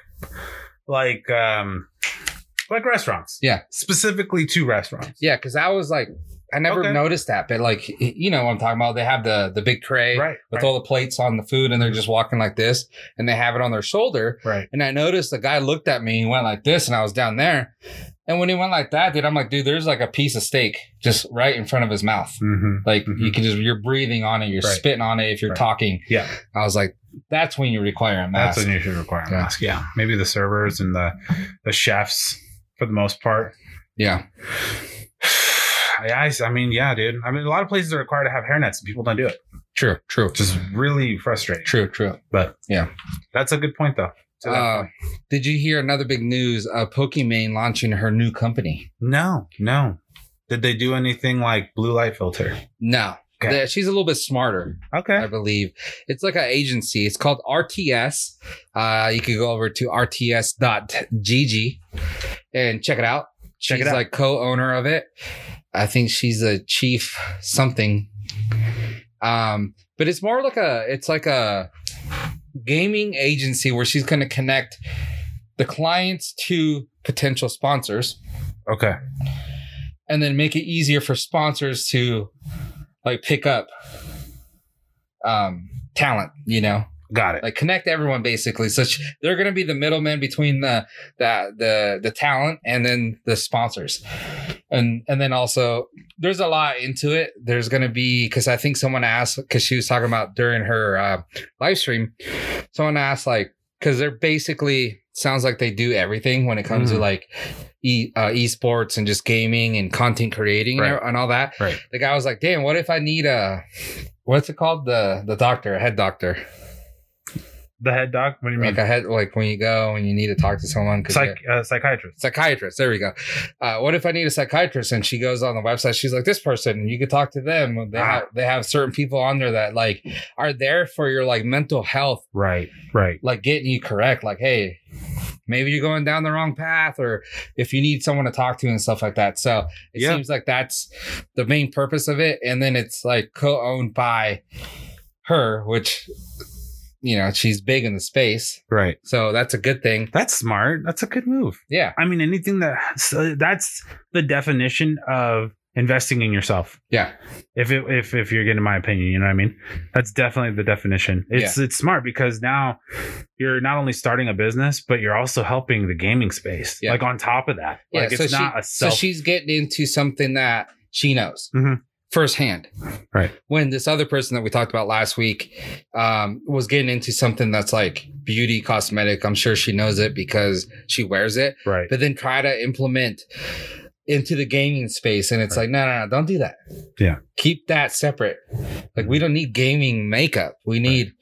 Speaker 3: like, um, like restaurants.
Speaker 2: Yeah.
Speaker 3: Specifically to restaurants.
Speaker 2: Yeah, because I was like, I never
Speaker 3: Okay.
Speaker 2: noticed that, but like, you know what I'm talking about? They have the the big tray
Speaker 3: Right.
Speaker 2: with
Speaker 3: right,
Speaker 2: all the plates on the food, and they're just walking like this, and they have it on their shoulder,
Speaker 3: right.
Speaker 2: And I noticed the guy looked at me, he went like this, and I was down there. And when he went like that, dude, I'm like, dude, there's like a piece of steak just right in front of his mouth.
Speaker 3: Mm-hmm.
Speaker 2: Like
Speaker 3: Mhm.
Speaker 2: you can just you're breathing on it, you're
Speaker 3: Right.
Speaker 2: spitting on it if you're
Speaker 3: Right.
Speaker 2: talking.
Speaker 3: Yeah.
Speaker 2: I was like, that's when you require a mask.
Speaker 3: That's when you should require a
Speaker 2: Yeah.
Speaker 3: mask. Yeah. Maybe the servers and the the chefs for the most part.
Speaker 2: yeah.
Speaker 3: Yeah, I, I mean, yeah, dude. I mean, a lot of places are required to have hairnets and people don't do it.
Speaker 2: True, true.
Speaker 3: Which is really frustrating.
Speaker 2: True, true.
Speaker 3: But
Speaker 2: Yeah.
Speaker 3: that's a good point though. To that
Speaker 2: Uh,
Speaker 3: point.
Speaker 2: did you hear another big news? Uh, Pokimane launching her new company.
Speaker 3: No, no. Did they do anything like blue light filter?
Speaker 2: No,
Speaker 3: Okay.
Speaker 2: Yeah, she's a little bit smarter. I
Speaker 3: Okay.
Speaker 2: believe. It's like an agency. It's called RTS. Uh, you could go over to rts.gg and check it out.
Speaker 3: Check it
Speaker 2: she's
Speaker 3: out.
Speaker 2: like co-owner of it. I think she's a chief something. Um, but it's more like a it's like a gaming agency where she's going to connect the clients to potential sponsors
Speaker 3: Okay.
Speaker 2: and then make it easier for sponsors to like pick up um talent you know
Speaker 3: Got it.
Speaker 2: like connect everyone basically so sh- they're going to be the middleman between the, the the the talent and then the sponsors and and then also there's a lot into it there's going to be because i think someone asked because she was talking about during her uh, live stream someone asked like because they're basically sounds like they do everything when it comes to
Speaker 3: Mhm.
Speaker 2: like e uh, esports and just gaming and content creating and-
Speaker 3: Right.
Speaker 2: and all that
Speaker 3: Right.
Speaker 2: the guy was like damn what if i need a what's it called the the doctor a head doctor
Speaker 3: The head doc? What do you mean?
Speaker 2: like I had like when you go and you need to talk to someone 'cause
Speaker 3: Mm. Psych,
Speaker 2: they're-
Speaker 3: uh, psychiatrist.
Speaker 2: psychiatrist there we go uh, what if i need a psychiatrist and she goes on the website she's like this person you could talk to them
Speaker 3: Ah.
Speaker 2: they, have, they have certain people on there that like are there for your like mental health
Speaker 3: Right. Right.
Speaker 2: like getting you correct like hey maybe you're going down the wrong path or if you need someone to talk to and stuff like that so it
Speaker 3: Yeah.
Speaker 2: seems like that's the main purpose of it and then it's like co-owned by her which you know she's big in the space
Speaker 3: Right.
Speaker 2: so that's a good thing.
Speaker 3: That's smart. That's a good move.
Speaker 2: Yeah.
Speaker 3: I mean, anything that so that's the definition of investing in yourself.
Speaker 2: Yeah.
Speaker 3: If it, if if you're getting my opinion, you know what I mean. That's definitely the definition. It's it's smart because now you're not only starting a business, but you're also helping the gaming space.
Speaker 2: Yeah.
Speaker 3: Like on top of that,
Speaker 2: Yeah.
Speaker 3: like
Speaker 2: so,
Speaker 3: it's
Speaker 2: she-
Speaker 3: not a self.
Speaker 2: so she's getting into something that she knows
Speaker 3: Mhm.
Speaker 2: firsthand.
Speaker 3: Right.
Speaker 2: When this other person that we talked about last week um, was getting into something that's like beauty cosmetic, I'm sure she knows it because she wears it,
Speaker 3: right.
Speaker 2: but then try to implement into the gaming space. And it's
Speaker 3: Right.
Speaker 2: like, no, no, no, don't do that.
Speaker 3: Yeah.
Speaker 2: Keep that separate. Like, we don't need gaming makeup. We need,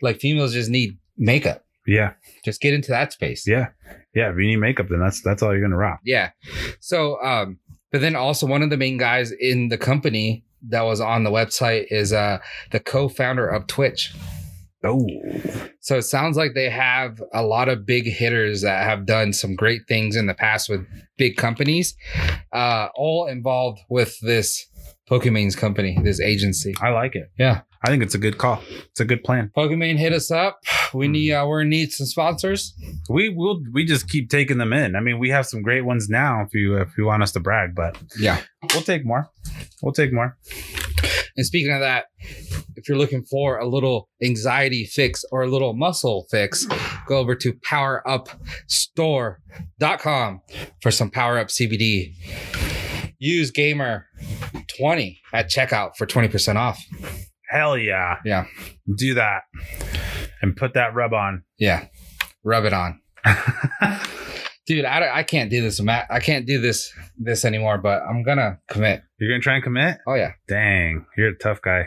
Speaker 2: like, females just need makeup.
Speaker 3: Yeah.
Speaker 2: Just get into that space.
Speaker 3: Yeah. Yeah. If you need makeup, then that's that's all you're gonna rock.
Speaker 2: Yeah. So, um, but then also one of the main guys in the company that was on the website is uh the co-founder of Twitch.
Speaker 3: Oh.
Speaker 2: So it sounds like they have a lot of big hitters that have done some great things in the past with big companies, uh, all involved with this Pokemon's company, this agency.
Speaker 3: I like it.
Speaker 2: Yeah.
Speaker 3: I think it's a good call. It's a good plan.
Speaker 2: Pokemon hit us up. We need uh, we're in need some sponsors.
Speaker 3: We will. We just keep taking them in. I mean, we have some great ones now. If you if you want us to brag, but
Speaker 2: Yeah.
Speaker 3: We'll take more. We'll take more.
Speaker 2: And speaking of that, if you're looking for a little anxiety fix or a little muscle fix, go over to powerupstore.com for some power up CBD. Use gamer20 at checkout for 20% off.
Speaker 3: Hell yeah.
Speaker 2: Yeah.
Speaker 3: Do that. And put that rub on.
Speaker 2: Yeah. Rub it on. dude. I, don't- I can't do this. Matt. I can't do this this anymore. But I'm gonna commit.
Speaker 3: You're gonna try and commit?
Speaker 2: Oh yeah.
Speaker 3: Dang, you're a tough guy.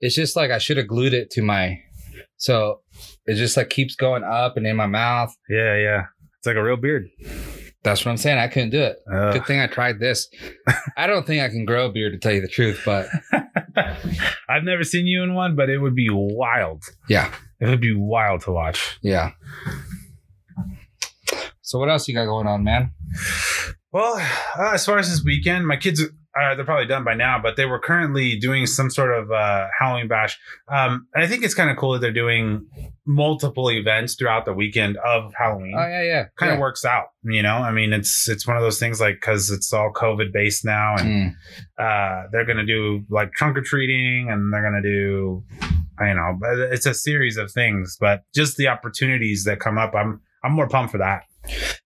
Speaker 2: It's just like I should have glued it to my. So it just like keeps going up and in my mouth.
Speaker 3: Yeah, yeah. It's like a real beard. Uh,
Speaker 2: That's what I'm saying. I couldn't do it.
Speaker 3: Ugh.
Speaker 2: Good thing I tried this. I don't think I can grow a beard to tell you the truth, but
Speaker 3: I've never seen you in one, but it would be wild.
Speaker 2: Yeah.
Speaker 3: It would be wild to watch.
Speaker 2: yeah. So what else you got going on, man?
Speaker 3: Well, uh, as far as this weekend, my kids uh, they're probably done by now, but they were currently doing some sort of uh, Halloween bash. Um, and I think it's kind of cool that they're doing multiple events throughout the weekend of Halloween.
Speaker 2: Oh yeah, yeah.
Speaker 3: Kind of
Speaker 2: yeah.
Speaker 3: works out, you know. I mean, it's it's one of those things like because it's all COVID based now, and
Speaker 2: Mm.
Speaker 3: uh, they're gonna do like trunk or treating, and they're gonna do, you know, but it's a series of things. But just the opportunities that come up, I'm I'm more pumped for that.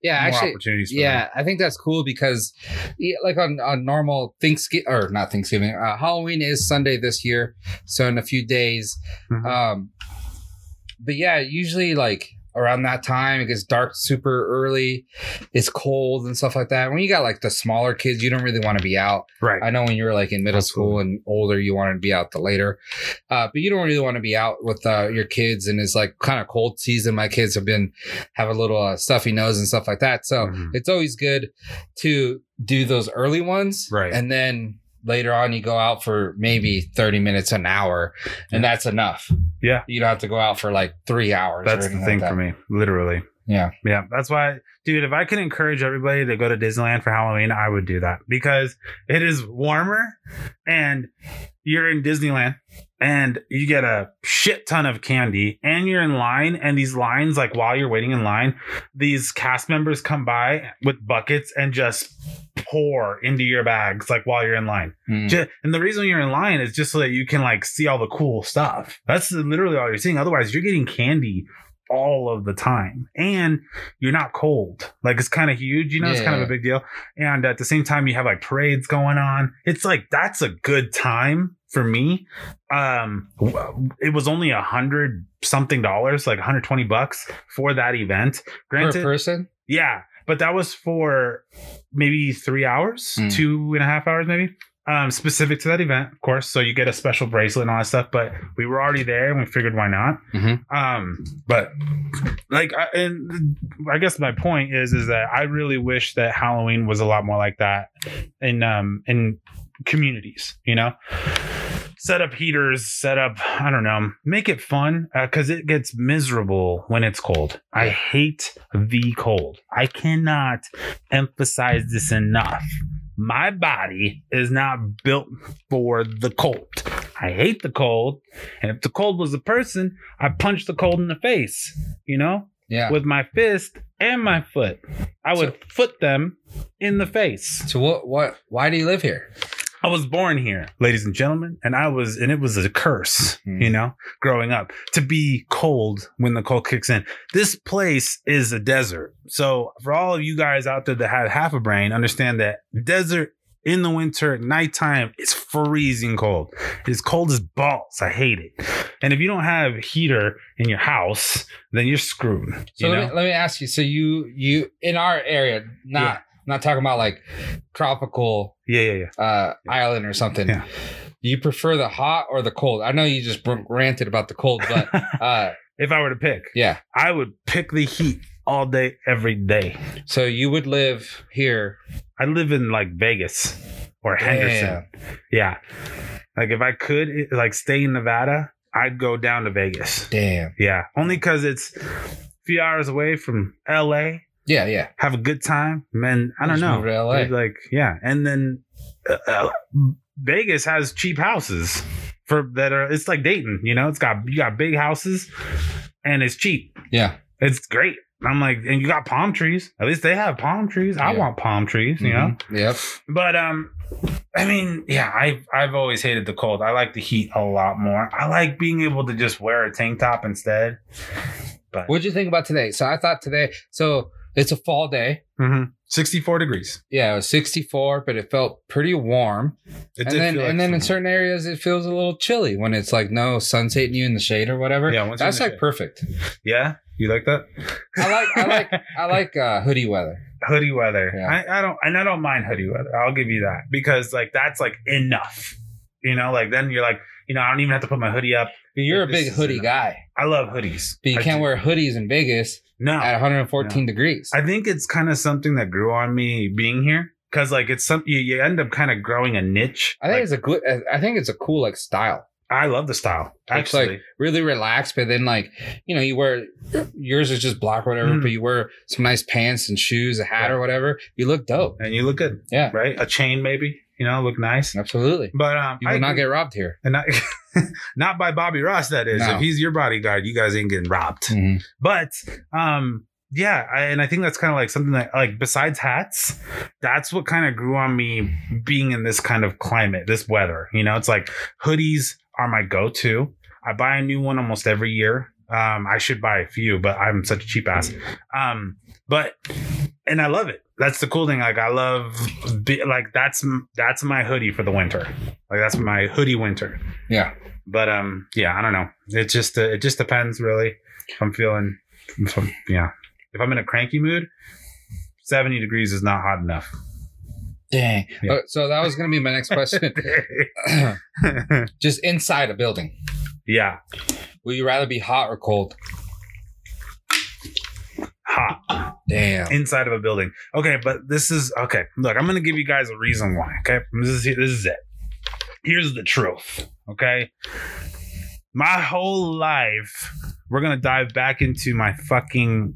Speaker 2: Yeah,
Speaker 3: more
Speaker 2: actually,
Speaker 3: opportunities. For
Speaker 2: yeah, I think that's cool because, yeah, like on on normal Thanksgiving or not Thanksgiving, uh, Halloween is Sunday this year, so in a few days.
Speaker 3: Mhm.
Speaker 2: Um, but yeah, usually like around that time, it gets dark super early. It's cold and stuff like that. When you got like the smaller kids, you don't really want to be out.
Speaker 3: them. right.
Speaker 2: I know when you were like in middle school and older, you wanted to be out the later, uh, but you don't really want to be out with uh, your kids. And it's like kind of cold season. My kids have been have a little uh, stuffy nose and stuff like that. So
Speaker 3: Mhm.
Speaker 2: it's always good to do those early ones,
Speaker 3: Right.
Speaker 2: And then later on, you go out for maybe thirty minutes, an hour, and that's enough.
Speaker 3: Yeah.
Speaker 2: you don't have to go out for like three hours.
Speaker 3: That's the thing for me, literally.
Speaker 2: Yeah.
Speaker 3: Yeah. That's why, dude, if I could encourage everybody to go to Disneyland for Halloween, I would do that because it is warmer and you're in Disneyland and you get a shit ton of candy and you're in line. And these lines, like while you're waiting in line, these cast members come by with buckets and just pour into your bags, like while you're in line.
Speaker 2: Mm.
Speaker 3: Ju- and the reason you're in line is just so that you can like see all the cool stuff. That's literally all you're seeing. Otherwise, you're getting candy all of the time, and you're not cold. Like it's kind of huge, you know. It's kind of
Speaker 2: Yeah.
Speaker 3: a big deal. And at the same time, you have like parades going on. It's like that's a good time for me. Um, w- it was only a hundred something dollars, like 120 bucks for that event. Granted,
Speaker 2: per person.
Speaker 3: yeah, but that was for maybe three hours,
Speaker 2: Mm.
Speaker 3: two and a half hours, maybe. Um, specific to that event, of course. So you get a special bracelet and all that stuff. But we were already there, and we figured why not.
Speaker 2: Mhm.
Speaker 3: Um, but like, I, and I guess my point is, is that I really wish that Halloween was a lot more like that in um in communities. You know, set up heaters, set up I don't know, make it fun because it gets miserable when it's cold. I hate the cold. I cannot emphasize this enough. My body is not built for the cold. I hate the cold, and if the cold was a person, I punch the cold in the face. You know,
Speaker 2: Yeah.
Speaker 3: with my fist and my foot, I would foot them in the face.
Speaker 2: so what? What? Why do you live here?
Speaker 3: I was born here, ladies and gentlemen, and I was, and it was a curse,
Speaker 2: Hmm.
Speaker 3: you know, growing up to be cold when the cold kicks in. This place is a desert. So, for all of you guys out there that had half a brain, understand that desert in the winter, nighttime is freezing cold. It's cold as balls. I hate it. And if you don't have heater in your house, then you're screwed.
Speaker 2: So
Speaker 3: you
Speaker 2: let,
Speaker 3: know?
Speaker 2: me, let me ask you. So you you in our area, not
Speaker 3: Yeah.
Speaker 2: not talking about like tropical
Speaker 3: yeah, yeah, yeah.
Speaker 2: uh, island or something.
Speaker 3: Yeah.
Speaker 2: Do you prefer the hot or the cold? I know you just br- ranted about the cold, but uh,
Speaker 3: If I were to pick,
Speaker 2: yeah.
Speaker 3: I would pick the heat all day, every day.
Speaker 2: So you would live here.
Speaker 3: I live in like Vegas or Henderson. Yeah. Like if I could it- like stay in Nevada, I'd go down to Vegas.
Speaker 2: Damn.
Speaker 3: Yeah. Only cuz it's a few hours away from LA.
Speaker 2: Yeah, yeah.
Speaker 3: Have a good time. Man, I don't
Speaker 2: Just
Speaker 3: know.
Speaker 2: move to LA.
Speaker 3: It's Like yeah. And then uh, uh, Vegas has cheap houses for that are it's like Dayton, you know? It's got you got big houses and it's cheap.
Speaker 2: Yeah.
Speaker 3: It's great. I'm like, and you got palm trees. At least they have palm trees. I
Speaker 2: Yeah.
Speaker 3: want palm trees, you know?
Speaker 2: Mhm. Yep.
Speaker 3: But um, I mean, yeah, I've I've always hated the cold. I like the heat a lot more. I like being able to just wear a tank top instead.
Speaker 2: What'd you think about today? So I thought today. So It's a fall day.
Speaker 3: Mm-hmm. 64 degrees.
Speaker 2: Yeah, it was 64, but it felt pretty warm.
Speaker 3: It
Speaker 2: and then,
Speaker 3: feel like
Speaker 2: and then in
Speaker 3: summer.
Speaker 2: certain areas, it feels a little chilly when it's like no sun's hitting you in the shade or whatever.
Speaker 3: Yeah, once you're in
Speaker 2: that's
Speaker 3: the
Speaker 2: like
Speaker 3: shade.
Speaker 2: perfect.
Speaker 3: Yeah, you like that?
Speaker 2: I like, I like, I like uh, hoodie weather.
Speaker 3: hoodie weather.
Speaker 2: Yeah.
Speaker 3: I, I don't and I don't mind hoodie weather. I'll give you that because like that's like enough. You know, like then you're like, you know, I don't even have to put my hoodie up.
Speaker 2: But you're
Speaker 3: Like,
Speaker 2: a
Speaker 3: this
Speaker 2: big
Speaker 3: is
Speaker 2: hoodie
Speaker 3: enough.
Speaker 2: guy,
Speaker 3: I love hoodies.
Speaker 2: but you
Speaker 3: I
Speaker 2: can't
Speaker 3: do-
Speaker 2: wear hoodies in Vegas
Speaker 3: no.
Speaker 2: at 114 degrees.
Speaker 3: I think it's kind of something that grew on me being here because like it's some you, you end up kind of growing a niche.
Speaker 2: I think
Speaker 3: Like,
Speaker 2: it's a good. I think it's a cool like style.
Speaker 3: I love the style.
Speaker 2: It's
Speaker 3: Actually,
Speaker 2: like really relaxed, but then like you know you wear yours is just black or whatever,
Speaker 3: Mhm.
Speaker 2: but you wear some nice pants and shoes, a hat
Speaker 3: Yeah.
Speaker 2: or whatever. You look dope.
Speaker 3: and you look good,
Speaker 2: Yeah,
Speaker 3: right? A chain maybe, you know, look nice.
Speaker 2: absolutely.
Speaker 3: But um,
Speaker 2: You will
Speaker 3: I
Speaker 2: not
Speaker 3: agree.
Speaker 2: get robbed here.
Speaker 3: and not, not by Bobby Ross. That is,
Speaker 2: No.
Speaker 3: if he's your bodyguard, you guys ain't getting robbed.
Speaker 2: Mhm.
Speaker 3: But um yeah, I, and I think that's kind of like something that like besides hats, that's what kind of grew on me being in this kind of climate, this weather. You know, it's like hoodies are my go-to. I buy a new one almost every year. Um I should buy a few, but I'm such a cheap ass. Um but and I love it. That's the cool thing. Like I love be, like that's that's my hoodie for the winter. Like that's my hoodie winter.
Speaker 2: Yeah.
Speaker 3: But um yeah, I don't know. It just uh, it just depends really. If I'm feeling if I'm- yeah. If I'm in a cranky mood, 70 degrees is not hot enough.
Speaker 2: Dang.
Speaker 3: Yeah.
Speaker 2: Uh, so that was gonna be my next question. just inside a building,
Speaker 3: yeah.
Speaker 2: will you rather be hot or cold?
Speaker 3: Hot
Speaker 2: Damn.
Speaker 3: inside of a building. Okay, but this is okay. Look, I'm going to give you guys a reason why, okay? This is this is it. Here's the truth, okay? My whole life, we're going to dive back into my fucking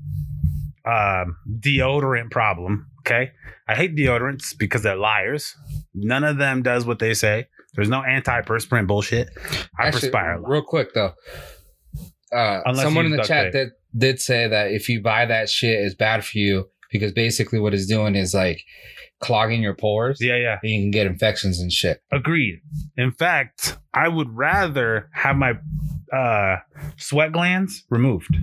Speaker 3: um, deodorant problem. Okay. I hate deodorants because they're liars. None of them does what they say. There's no antiperspirant bullshit. I
Speaker 2: Actually,
Speaker 3: perspire a lot.
Speaker 2: Real quick though, uh,
Speaker 3: Unless
Speaker 2: someone in
Speaker 3: you
Speaker 2: the
Speaker 3: duct
Speaker 2: chat
Speaker 3: tape.
Speaker 2: that did say that if you buy that shit, it's bad for you because basically what it's doing is like clogging your pores.
Speaker 3: Yeah, yeah.
Speaker 2: And you can get infections and shit.
Speaker 3: Agreed. In fact, I would rather have my uh, sweat glands removed.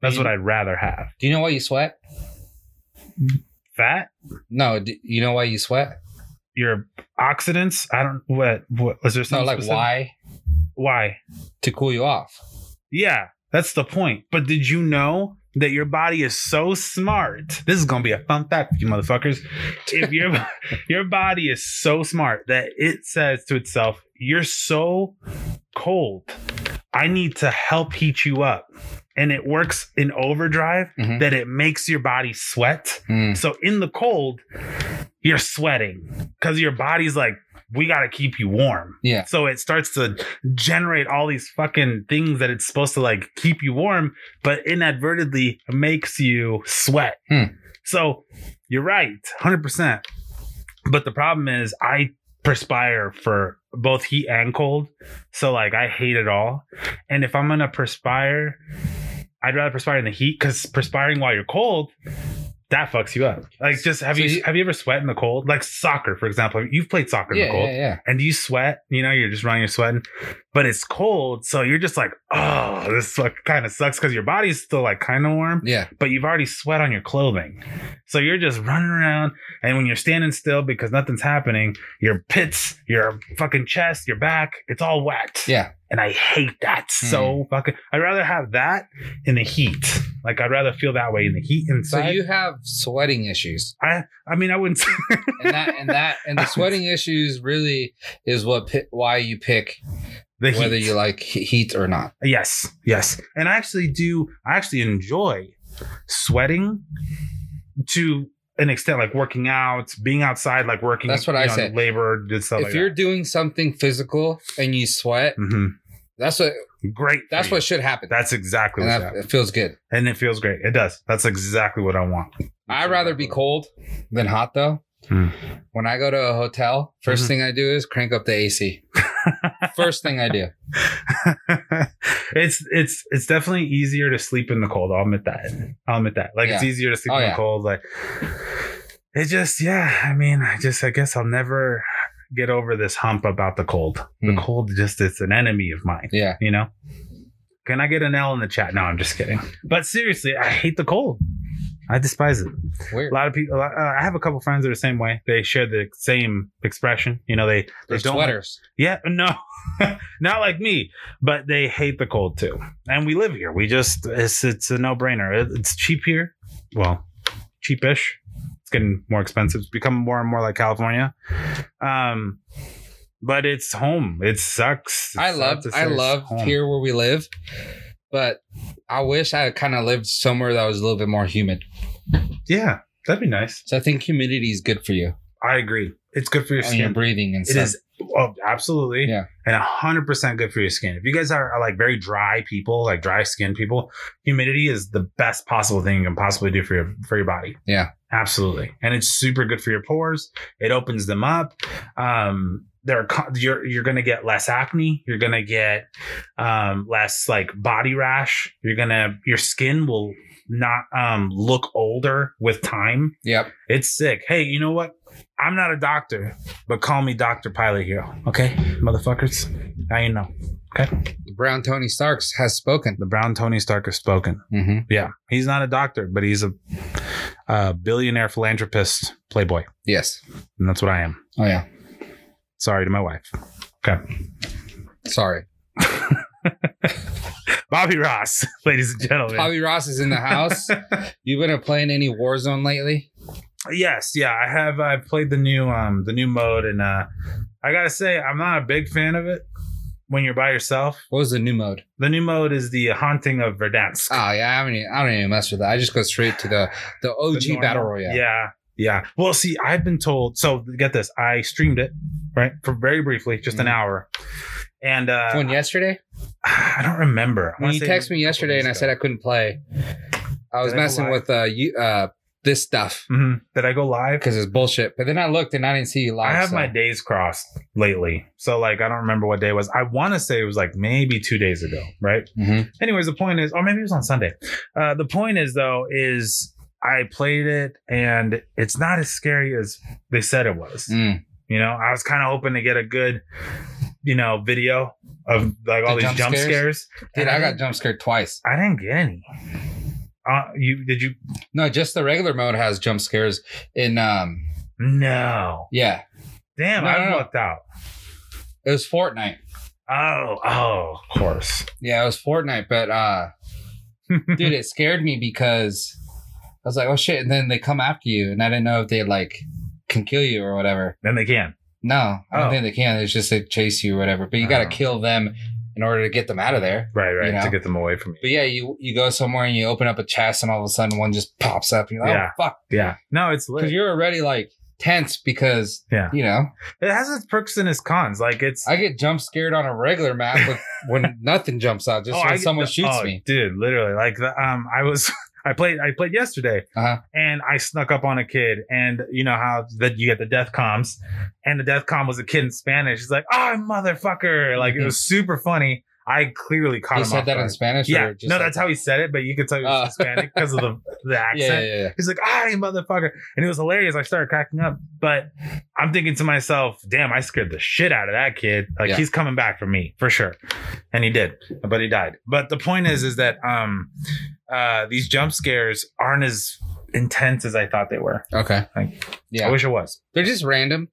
Speaker 3: That's what I'd rather have.
Speaker 2: Do you know why you sweat?
Speaker 3: Fat,
Speaker 2: No, do you know why you sweat?
Speaker 3: your oxidants. I don't what what is there
Speaker 2: No,
Speaker 3: something
Speaker 2: like
Speaker 3: specific?
Speaker 2: why
Speaker 3: Why?
Speaker 2: to cool you off.
Speaker 3: Yeah, that's the point. But did you know that your body is so smart? This is gonna be a fun fact for you motherfuckers. If your your body is so smart that it says to itself, "You're so cold. I need to help heat you up," and it works in overdrive
Speaker 2: Mhm.
Speaker 3: that it makes your body sweat.
Speaker 2: Mm.
Speaker 3: So in the cold, you're sweating because your body's like, "We gotta keep you warm."
Speaker 2: Yeah.
Speaker 3: So it starts to generate all these fucking things that it's supposed to like keep you warm, but inadvertently makes you sweat.
Speaker 2: Hmm.
Speaker 3: So you're right, 100%. But the problem is, I perspire for both heat and cold. So, like, I hate it all. And if I'm going to perspire, I'd rather perspire in the heat because perspiring while you're cold, that fucks you up. Like, just have
Speaker 2: So
Speaker 3: you,
Speaker 2: you-
Speaker 3: have you ever sweat in the cold? Like soccer, for example. You've played soccer in
Speaker 2: Yeah,
Speaker 3: the cold
Speaker 2: yeah, yeah.
Speaker 3: and you sweat, you know, you're just running, you're sweating, but it's cold. So you're just like, oh, this kind of sucks because your body's still like kind of warm,
Speaker 2: Yeah.
Speaker 3: but you've already sweat on your clothing. So you're just running around. And when you're standing still because nothing's happening, your pits, your fucking chest, your back, it's all wet.
Speaker 2: Yeah. Hmm.
Speaker 3: And I hate that so fucking. I'd rather have that in the heat. Like, I'd rather feel that way in the heat
Speaker 2: So
Speaker 3: inside.
Speaker 2: you have sweating issues.
Speaker 3: I, I mean, I wouldn't. Say,
Speaker 2: And that and that and the sweating issues really is what pi- why you pick
Speaker 3: the
Speaker 2: whether
Speaker 3: heat.
Speaker 2: you like he- heat or not.
Speaker 3: Yes, yes. And I actually do, I actually enjoy sweating to an extent, like working out, being outside, like working.
Speaker 2: That's what
Speaker 3: you
Speaker 2: I
Speaker 3: know,
Speaker 2: said.
Speaker 3: Labor, did stuff
Speaker 2: if
Speaker 3: like
Speaker 2: you're doing something physical and you sweat,
Speaker 3: that. hmm
Speaker 2: that's what
Speaker 3: Great. for
Speaker 2: that's
Speaker 3: you.
Speaker 2: what should happen.
Speaker 3: That's exactly
Speaker 2: and
Speaker 3: what
Speaker 2: that,
Speaker 3: happened.
Speaker 2: it feels good.
Speaker 3: And it feels great. It does. That's exactly what I want.
Speaker 2: I'd rather be cold than hot though.
Speaker 3: Hmm.
Speaker 2: When I go to a hotel, 1st
Speaker 3: Mhm.
Speaker 2: thing I do is crank up the AC. first thing I do.
Speaker 3: it's it's it's definitely easier to sleep in the cold. I'll admit that. I'll admit that. Like it's
Speaker 2: Yeah.
Speaker 3: easier to sleep
Speaker 2: Oh,
Speaker 3: in the
Speaker 2: yeah.
Speaker 3: cold. Like it just yeah. I mean, I just I guess I'll never get over this hump about the cold.
Speaker 2: Hmm.
Speaker 3: The cold just it's an enemy of mine.
Speaker 2: Yeah.
Speaker 3: You know. Can I get an L in the chat? No, I'm just kidding. But seriously, I hate the cold. I despise it.
Speaker 2: Weird.
Speaker 3: A lot of people. A lot, uh, I have a couple friends that are the same way. They share the same expression. You know, they they
Speaker 2: They're
Speaker 3: don't. like-
Speaker 2: sweaters.
Speaker 3: yeah, no, not like me. But they hate the cold too. And we live here. We just it's it's a no brainer. It, it's cheap here. Well, cheapish. It's getting more expensive. It's becoming more and more like California. Um, but it's home. It sucks.
Speaker 2: I
Speaker 3: It's
Speaker 2: love
Speaker 3: sad to
Speaker 2: I
Speaker 3: say it's
Speaker 2: love
Speaker 3: home.
Speaker 2: here where we live, but I wish I kind of lived somewhere that was a little bit more humid.
Speaker 3: Yeah, that'd be nice.
Speaker 2: So I think humidity is good for you
Speaker 3: I agree. It's good for your
Speaker 2: and your
Speaker 3: skin.
Speaker 2: breathing and
Speaker 3: It
Speaker 2: stuff.
Speaker 3: is oh, absolutely,
Speaker 2: Yeah.
Speaker 3: and hundred percent good for your skin. If you guys are, are like very dry people, like dry skin people, humidity is the best possible thing you can possibly do for your for your body.
Speaker 2: Yeah.
Speaker 3: absolutely, and it's super good for your pores. It opens them up. Um, there are co- you're you're gonna get less acne. You're gonna get um, less like body rash. You're gonna your skin will not um, look older with time.
Speaker 2: Yep.
Speaker 3: It's sick. Hey, you know what? I'm not a doctor, but call me Dr. Pilot Hero. Okay, motherfuckers? Now you know.
Speaker 2: Brown Tony Starks has spoken.
Speaker 3: The brown Tony Stark has spoken.
Speaker 2: Mm-hmm.
Speaker 3: Yeah, he's not a doctor, but he's a, a billionaire philanthropist playboy.
Speaker 2: Yes.
Speaker 3: And that's what I am.
Speaker 2: Oh yeah.
Speaker 3: Sorry to my wife.
Speaker 2: Sorry.
Speaker 3: Bobby Ross, ladies and gentlemen.
Speaker 2: Bobby Ross is in the house. you been playing any Warzone lately?
Speaker 3: Yes, yeah, I have. I've played the new um the new mode, and uh, I gotta say, I'm not a big fan of it. When you're by yourself,
Speaker 2: What was the new mode?
Speaker 3: the new mode is the haunting of Verdansk.
Speaker 2: Oh yeah, I haven't. Even, I don't even mess with that. I just go straight to the the
Speaker 3: the
Speaker 2: OG
Speaker 3: normal-
Speaker 2: battle royale.
Speaker 3: Yeah. Yeah. Well, see, I've been told. So get this. I streamed it, right? For very briefly, just an
Speaker 2: Mhm.
Speaker 3: hour. And uh,
Speaker 2: When yesterday,
Speaker 3: I don't remember. I
Speaker 2: when
Speaker 3: wanna
Speaker 2: you
Speaker 3: say
Speaker 2: texted me
Speaker 3: a couple
Speaker 2: yesterday and I
Speaker 3: days
Speaker 2: said I
Speaker 3: ago.
Speaker 2: couldn't play, I was
Speaker 3: Did I go
Speaker 2: messing
Speaker 3: live?
Speaker 2: with uh you uh this stuff
Speaker 3: Mhm. Did I go live?
Speaker 2: because it's bullshit. But then I looked and I didn't see you live.
Speaker 3: I have
Speaker 2: so- Mm.
Speaker 3: my days crossed lately. So, like, I don't remember what day it was. I want to say it was like maybe two days ago, right?
Speaker 2: Mhm.
Speaker 3: Anyways, the point is, or maybe it was on Sunday. Uh, the point is, though, is I played it and it's not as scary as they said it was.
Speaker 2: Mm.
Speaker 3: You know, I was kind of hoping to get a good, you know, video of like all
Speaker 2: The
Speaker 3: these
Speaker 2: jump
Speaker 3: jump,
Speaker 2: scares?
Speaker 3: scares.
Speaker 2: Dude,
Speaker 3: And
Speaker 2: I got
Speaker 3: didn't-
Speaker 2: jump scared twice.
Speaker 3: I didn't get any. Uh, you did you?
Speaker 2: No, just the regular mode has jump scares. In um,
Speaker 3: No.
Speaker 2: yeah,
Speaker 3: Damn,
Speaker 2: No,
Speaker 3: I
Speaker 2: no, no.
Speaker 3: lucked out.
Speaker 2: it was Fortnite.
Speaker 3: Oh, oh, of course.
Speaker 2: Yeah, it was Fortnite, but uh dude, it scared me because I was like, oh shit, and then they come after you and I didn't know if they like can kill you or whatever.
Speaker 3: Then they can.
Speaker 2: No, I don't
Speaker 3: Oh.
Speaker 2: think they can. It's just they chase you or whatever. But you gotta
Speaker 3: Oh.
Speaker 2: kill them in order to get them out of there.
Speaker 3: Right, right.
Speaker 2: You know?
Speaker 3: To get them away from you.
Speaker 2: But yeah, you you go somewhere and you open up a chest and all of a sudden one just pops up and you're like,
Speaker 3: Yeah.
Speaker 2: oh fuck.
Speaker 3: Yeah. No, it's
Speaker 2: Because
Speaker 3: lit.
Speaker 2: you're already like tense because
Speaker 3: Yeah.
Speaker 2: you know,
Speaker 3: It has its perks and its cons. Like it's.
Speaker 2: I get jump scared on a regular map with when nothing jumps out, just
Speaker 3: oh,
Speaker 2: when
Speaker 3: I-
Speaker 2: someone shoots
Speaker 3: oh,
Speaker 2: me.
Speaker 3: dude. Literally, like the, um, I was. I played. I played yesterday,
Speaker 2: Uh-huh.
Speaker 3: and I snuck up on a kid, and you know how that you get the death comms, and the death com was a kid in Spanish. He's like, "Oh, motherfucker!" Like it was super funny. I clearly caught
Speaker 2: Mm-hmm. He
Speaker 3: him.
Speaker 2: said
Speaker 3: off
Speaker 2: that in
Speaker 3: guard.
Speaker 2: Spanish.
Speaker 3: Yeah,
Speaker 2: or just
Speaker 3: no,
Speaker 2: like-
Speaker 3: that's how he said it, but you could tell he was
Speaker 2: Uh.
Speaker 3: Hispanic because of the the accent.
Speaker 2: yeah, yeah, yeah, yeah.
Speaker 3: He's like, "Ay, motherfucker," and it was hilarious. I started cracking up, but I'm thinking to myself, "Damn, I scared the shit out of that kid. Like
Speaker 2: Yeah.
Speaker 3: he's coming back for me for sure," and he did, but he died. But the point is, is that um, uh, these jump scares aren't as intense as I thought they were.
Speaker 2: Okay. yeah.
Speaker 3: I wish it was.
Speaker 2: They're just random.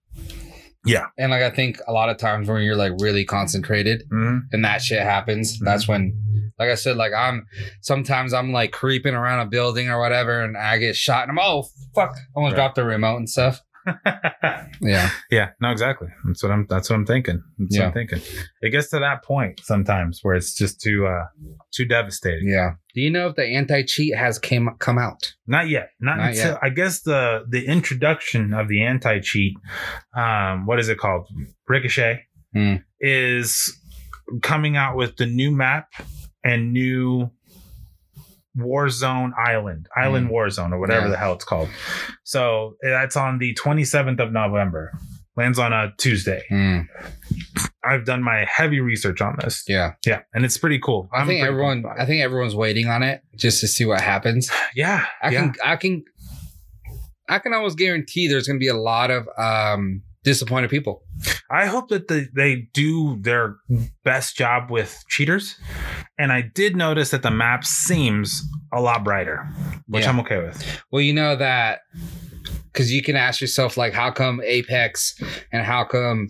Speaker 3: Yeah.
Speaker 2: And like I think a lot of times when you're like really concentrated
Speaker 3: Mhm.
Speaker 2: and that shit happens,
Speaker 3: Mm-hmm.
Speaker 2: that's when like I said, like I'm sometimes I'm like creeping around a building or whatever and I get shot and I'm oh fuck. I almost
Speaker 3: Right.
Speaker 2: dropped the remote and stuff. Yeah.
Speaker 3: yeah, no, exactly. That's what I'm. That's what I'm thinking. That's what
Speaker 2: Yeah.
Speaker 3: I'm thinking. It gets to that point sometimes where it's just too uh, too devastating.
Speaker 2: Yeah. Do you know if the anti cheat has came come out?
Speaker 3: Not yet. Not,
Speaker 2: Not
Speaker 3: until I guess the the introduction of the anti cheat, um, what is it called? Ricochet
Speaker 2: Hmm.
Speaker 3: is coming out with the new map and new Warzone Island, Island Warzone, or whatever
Speaker 2: Hmm. Yeah.
Speaker 3: the hell it's called. So that's on the 27th of November. Lands on a Tuesday.
Speaker 2: Hmm.
Speaker 3: I've done my heavy research on this. Yeah,
Speaker 2: Yeah.
Speaker 3: and it's pretty cool.
Speaker 2: i
Speaker 3: I'm
Speaker 2: think
Speaker 3: pretty
Speaker 2: everyone
Speaker 3: pumped about
Speaker 2: I think everyone's waiting on it just to see what happens.
Speaker 3: it. yeah,
Speaker 2: I
Speaker 3: yeah.
Speaker 2: can I can I can almost guarantee there's gonna be a lot of um disappointed people.
Speaker 3: I hope that the, they do their best job with cheaters and I did notice that the map seems a lot brighter, which
Speaker 2: Yeah.
Speaker 3: I'm okay with.
Speaker 2: Well, you know that because you can ask yourself, like, how come Apex and how come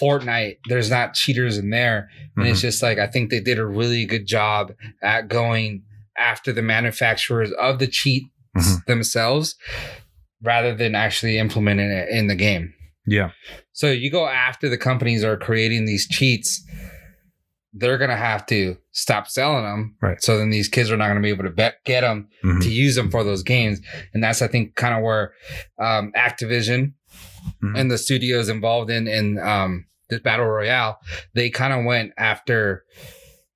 Speaker 2: Fortnite, there's not cheaters in there?
Speaker 3: Mm-hmm.
Speaker 2: And it's just like, I think they did a really good job at going after the manufacturers of the cheats
Speaker 3: Mhm.
Speaker 2: themselves rather than actually implementing it in the game.
Speaker 3: Yeah.
Speaker 2: So you go after the companies are creating these cheats, they're going to have to stop selling them.
Speaker 3: Right.
Speaker 2: So then these kids are not going to be able to bet, get them
Speaker 3: Mhm.
Speaker 2: to use them for those games. And that's, I think, kind of where um, Activision
Speaker 3: Mhm.
Speaker 2: and the studios involved in in um, this battle royale, they kind of went after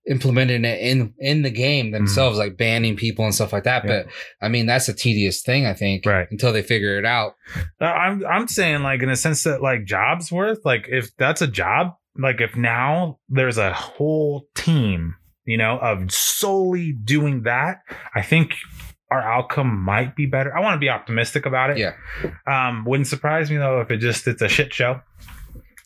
Speaker 2: implementing it in in the game themselves, like banning people and stuff like that.
Speaker 3: Mm. Yeah.
Speaker 2: But I mean, that's a tedious thing, I think,
Speaker 3: Right.
Speaker 2: until they figure it out.
Speaker 3: Uh, I'm I'm saying like in a sense that like jobs worth like if that's a job like if now there's a whole team you know of solely doing that I think our outcome might be better I want to be optimistic about it
Speaker 2: Yeah.
Speaker 3: um wouldn't surprise me though if it just it's a shit show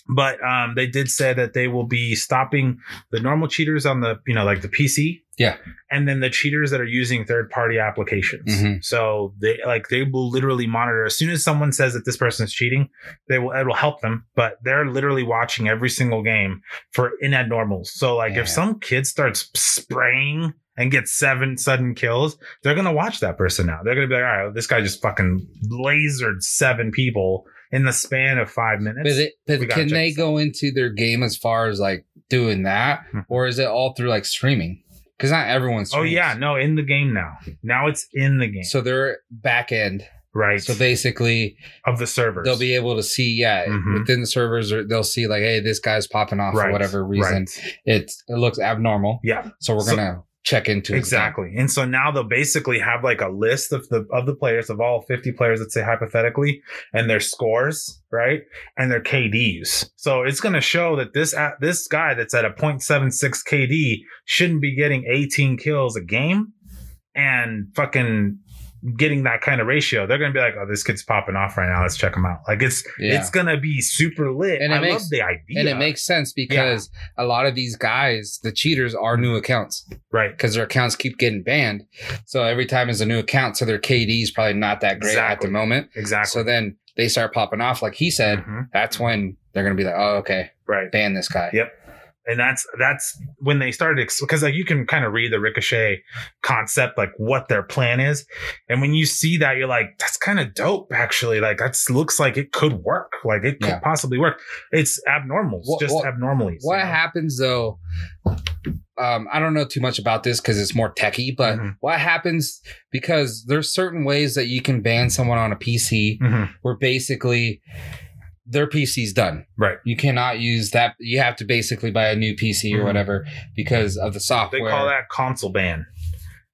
Speaker 3: but um they did say that they will be stopping the normal cheaters on the you know like the PC
Speaker 2: Yeah.
Speaker 3: and then the cheaters that are using third party applications
Speaker 2: Mhm.
Speaker 3: so they like they will literally monitor as soon as someone says that this person is cheating they will it will help them but they're literally watching every single game for in at normals so like
Speaker 2: Yeah.
Speaker 3: if some kid starts spraying and gets seven sudden kills they're gonna watch that person now. They're gonna be like, all right, this guy just fucking lasered seven people in the span of five minutes.
Speaker 2: But, it,
Speaker 3: we
Speaker 2: but
Speaker 3: gotta
Speaker 2: can
Speaker 3: check
Speaker 2: they
Speaker 3: this
Speaker 2: go into their game as far as like doing that,
Speaker 3: Hmm.
Speaker 2: or is it all through like streaming? Because not everyone's.
Speaker 3: oh yeah, no, in the game now. Now it's in the game,
Speaker 2: So they're back end.
Speaker 3: right?
Speaker 2: So basically,
Speaker 3: of the servers,
Speaker 2: they'll be able to see yeah
Speaker 3: Mhm.
Speaker 2: within the servers or they'll see like hey this guy's popping off
Speaker 3: Right,
Speaker 2: for whatever reason
Speaker 3: right.
Speaker 2: it's it looks abnormal
Speaker 3: Yeah,
Speaker 2: so we're
Speaker 3: So-
Speaker 2: gonna check into it
Speaker 3: exactly. And so now they'll basically have like a list of the of the players of all fifty players, let's say hypothetically, and their scores, right, and their KDs. So it's gonna show that this at this guy that's at a 0.76 KD shouldn't be getting eighteen kills a game. and fucking getting that kind of ratio, they're gonna be like, "Oh, this kid's popping off right now. Let's check him out." Like it's
Speaker 2: Yeah.
Speaker 3: it's gonna be super lit.
Speaker 2: And it
Speaker 3: I
Speaker 2: makes-
Speaker 3: love the idea.
Speaker 2: and it makes sense because a lot of these guys the cheaters are new accounts
Speaker 3: right
Speaker 2: because their accounts keep getting banned so every time is a new account so their kd is probably not that great at
Speaker 3: Exactly.
Speaker 2: the moment
Speaker 3: exactly.
Speaker 2: so then they start popping off like he said
Speaker 3: Mhm.
Speaker 2: that's when they're gonna be like oh okay
Speaker 3: Right.
Speaker 2: ban this guy
Speaker 3: Yeah. and that's that's when they started because like you can kind of read the ricochet concept like what their plan is and when you see that you're like that's kind of dope actually like that's looks like it could work like it could
Speaker 2: Yeah.
Speaker 3: possibly work it's abnormal
Speaker 2: What-
Speaker 3: just
Speaker 2: what-
Speaker 3: abnormally
Speaker 2: What happens though? Um, I don't know too much about this because it's more techie, but
Speaker 3: Mhm.
Speaker 2: what happens because there's certain ways that you can ban someone on a PC
Speaker 3: mm-hmm.
Speaker 2: where basically their PC's done.
Speaker 3: Right.
Speaker 2: You cannot use that. You have to basically buy a new PC or
Speaker 3: Mhm.
Speaker 2: whatever because of the
Speaker 3: they
Speaker 2: software.
Speaker 3: call that console ban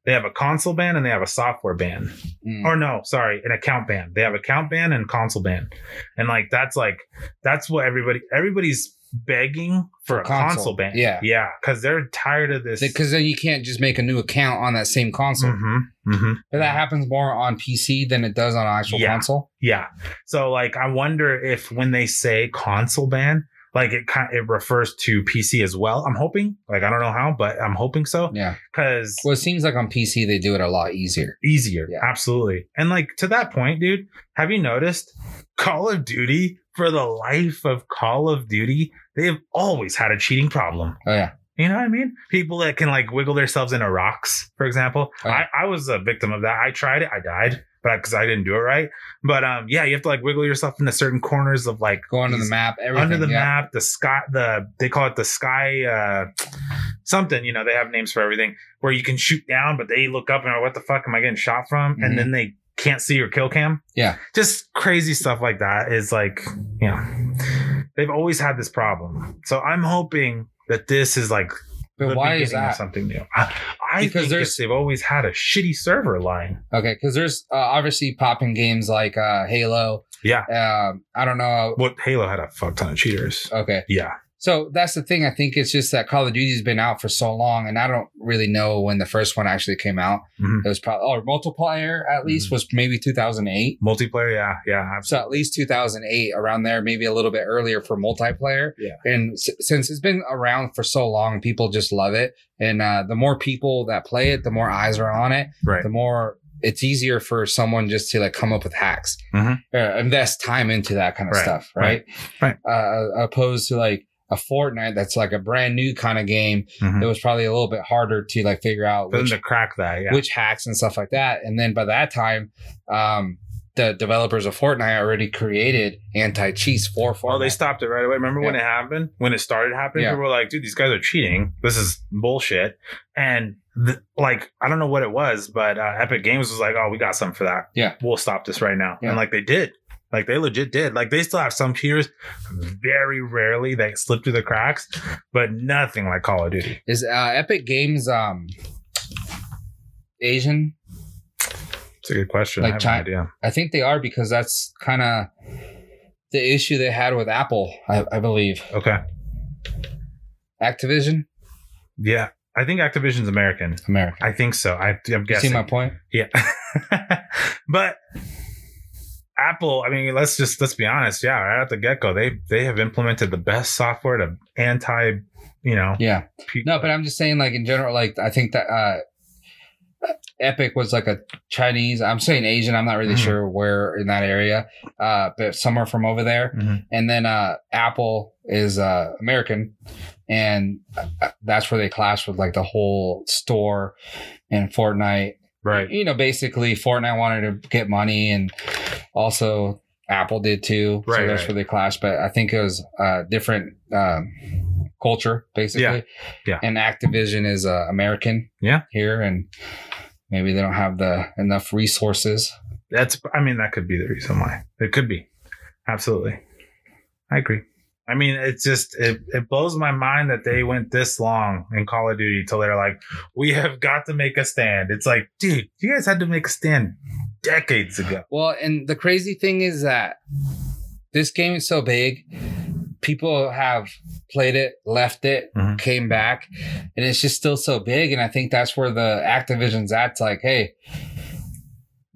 Speaker 3: they have a console ban and they have a software ban
Speaker 2: Mm.
Speaker 3: or no sorry an account ban they have account ban and console ban and like that's like that's what everybody everybody's begging for a
Speaker 2: Console,
Speaker 3: console, ban
Speaker 2: yeah.
Speaker 3: yeah because they're tired of this
Speaker 2: because then you can't just make a new account on that same console.
Speaker 3: Mm-hmm, mm-hmm.
Speaker 2: But that happens more on PC than it does on an actual
Speaker 3: Yeah.
Speaker 2: console.
Speaker 3: Yeah. So like I wonder if when they say console ban, like it kind it refers to PC as well. I'm hoping. Like I don't know how, but I'm hoping so
Speaker 2: Yeah.
Speaker 3: cuz
Speaker 2: Well, it seems like on PC they do it a lot easier.
Speaker 3: easier.
Speaker 2: Yeah.
Speaker 3: Absolutely. And like to that point, dude, have you noticed Call of Duty for the life of Call of Duty, they've always had a cheating problem.
Speaker 2: Oh yeah.
Speaker 3: You know what I mean? People that can like wiggle themselves into rocks, for example.
Speaker 2: Oh.
Speaker 3: I, I was a victim of that. I tried it. I died, but because I didn't do it right. But um, yeah, you have to like wiggle yourself into certain corners of like
Speaker 2: Go under the
Speaker 3: these-
Speaker 2: map. Everything.
Speaker 3: under the
Speaker 2: yeah.
Speaker 3: map, the sky, the they call it the sky, uh, something. You know, they have names for everything where you can shoot down, but they look up and are what the fuck am I getting shot from?
Speaker 2: Mhm.
Speaker 3: And then they can't see your kill cam.
Speaker 2: Yeah.
Speaker 3: just crazy stuff like that is like, you know, they've always had this problem. So I'm hoping that this is like
Speaker 2: But
Speaker 3: the
Speaker 2: why is
Speaker 3: beginning of
Speaker 2: that?
Speaker 3: something new? I, I
Speaker 2: Because
Speaker 3: think
Speaker 2: there's-
Speaker 3: it's- they've always had a shitty server line.
Speaker 2: Okay, because there's uh, obviously popping games like uh, Halo.
Speaker 3: Yeah.
Speaker 2: Um, I don't know.
Speaker 3: Well, Halo had a fuck ton of cheaters.
Speaker 2: Okay,
Speaker 3: Yeah,
Speaker 2: So that's the thing. I think it's just that Call of Duty's been out for so long, and I don't really know when the first one actually came out.
Speaker 3: Mhm.
Speaker 2: It was probably or multiplayer at least
Speaker 3: Mhm.
Speaker 2: was maybe 2008.
Speaker 3: Multiplayer, yeah, yeah. abs-
Speaker 2: So at least 2008 around there, maybe a little bit earlier for multiplayer.
Speaker 3: Yeah.
Speaker 2: And s- since it's been around for so long, people just love it. And uh, the more people that play it, the more eyes are on it.
Speaker 3: Right.
Speaker 2: The more it's easier for someone just to like come up with hacks,
Speaker 3: Mhm.
Speaker 2: Uh, invest time into that kind of
Speaker 3: Right,
Speaker 2: stuff,
Speaker 3: right,
Speaker 2: right?
Speaker 3: right.
Speaker 2: Uh, opposed to like a Fortnite that's like a brand new kind of game.
Speaker 3: Mhm.
Speaker 2: It was probably a little bit harder to like figure out
Speaker 3: For them
Speaker 2: which
Speaker 3: to crack that, yeah.
Speaker 2: which hacks and stuff like that. And then by that time, um, the developers of Fortnite already created anti cheats for Fortnite.
Speaker 3: Oh, they stopped it right away. Remember when it happened? When it started happening,
Speaker 2: Yeah.
Speaker 3: people were like, dude, these guys are cheating. This is bullshit. And th- like, I don't know what it was, but uh, Epic Games was like, oh, we got something for that.
Speaker 2: Yeah.
Speaker 3: We'll stop this right now.
Speaker 2: Yeah.
Speaker 3: And like, they did. Like, they legit did. Like, they still have some cheaters. Very rarely they slip through the cracks, but nothing like Call of Duty.
Speaker 2: Is uh, Epic Games um, Asian?
Speaker 3: It's a good question.
Speaker 2: Like
Speaker 3: I have
Speaker 2: Chi-
Speaker 3: no idea.
Speaker 2: I think they are because that's kind of the issue they had with Apple, I, I believe.
Speaker 3: Okay.
Speaker 2: Activision,
Speaker 3: Yeah. I think Activision's American.
Speaker 2: America.
Speaker 3: I think so. I,
Speaker 2: You see
Speaker 3: I'm guessing.
Speaker 2: my point?
Speaker 3: Yeah. but Apple, I mean, let's just let's be honest. Yeah, right at the get go, they they have implemented the best software to anti, you know.
Speaker 2: Yeah.
Speaker 3: pe-
Speaker 2: No, but I'm just saying, like in general, like I think that uh, Epic was like a Chinese. I'm saying Asian. I'm not really
Speaker 3: Mhm.
Speaker 2: sure where in that area, uh, but somewhere from over there.
Speaker 3: Mhm.
Speaker 2: And then uh, Apple is uh, American, and uh, that's where they clash with like the whole store and Fortnite.
Speaker 3: right.
Speaker 2: You know, basically Fortnite wanted to get money, and also Apple did too.
Speaker 3: Right,
Speaker 2: so that's
Speaker 3: right.
Speaker 2: where they clashed. But I think it was uh, different um, culture, basically.
Speaker 3: Yeah.
Speaker 2: And Activision is uh, American.
Speaker 3: Yeah.
Speaker 2: Here and. Maybe they don't have the enough resources.
Speaker 3: That's I mean, that could be the reason why. It could be. Absolutely. I agree. I mean, it's just it, it blows my mind that they went this long in Call of Duty till they're like, we have got to make a stand. It's like, dude, you guys had to make a stand decades ago.
Speaker 2: Well, and the crazy thing is that this game is so big, people have played it, left it,
Speaker 3: Mhm.
Speaker 2: came back, and it's just still so big. And I think that's where the Activision's at. It's like, hey,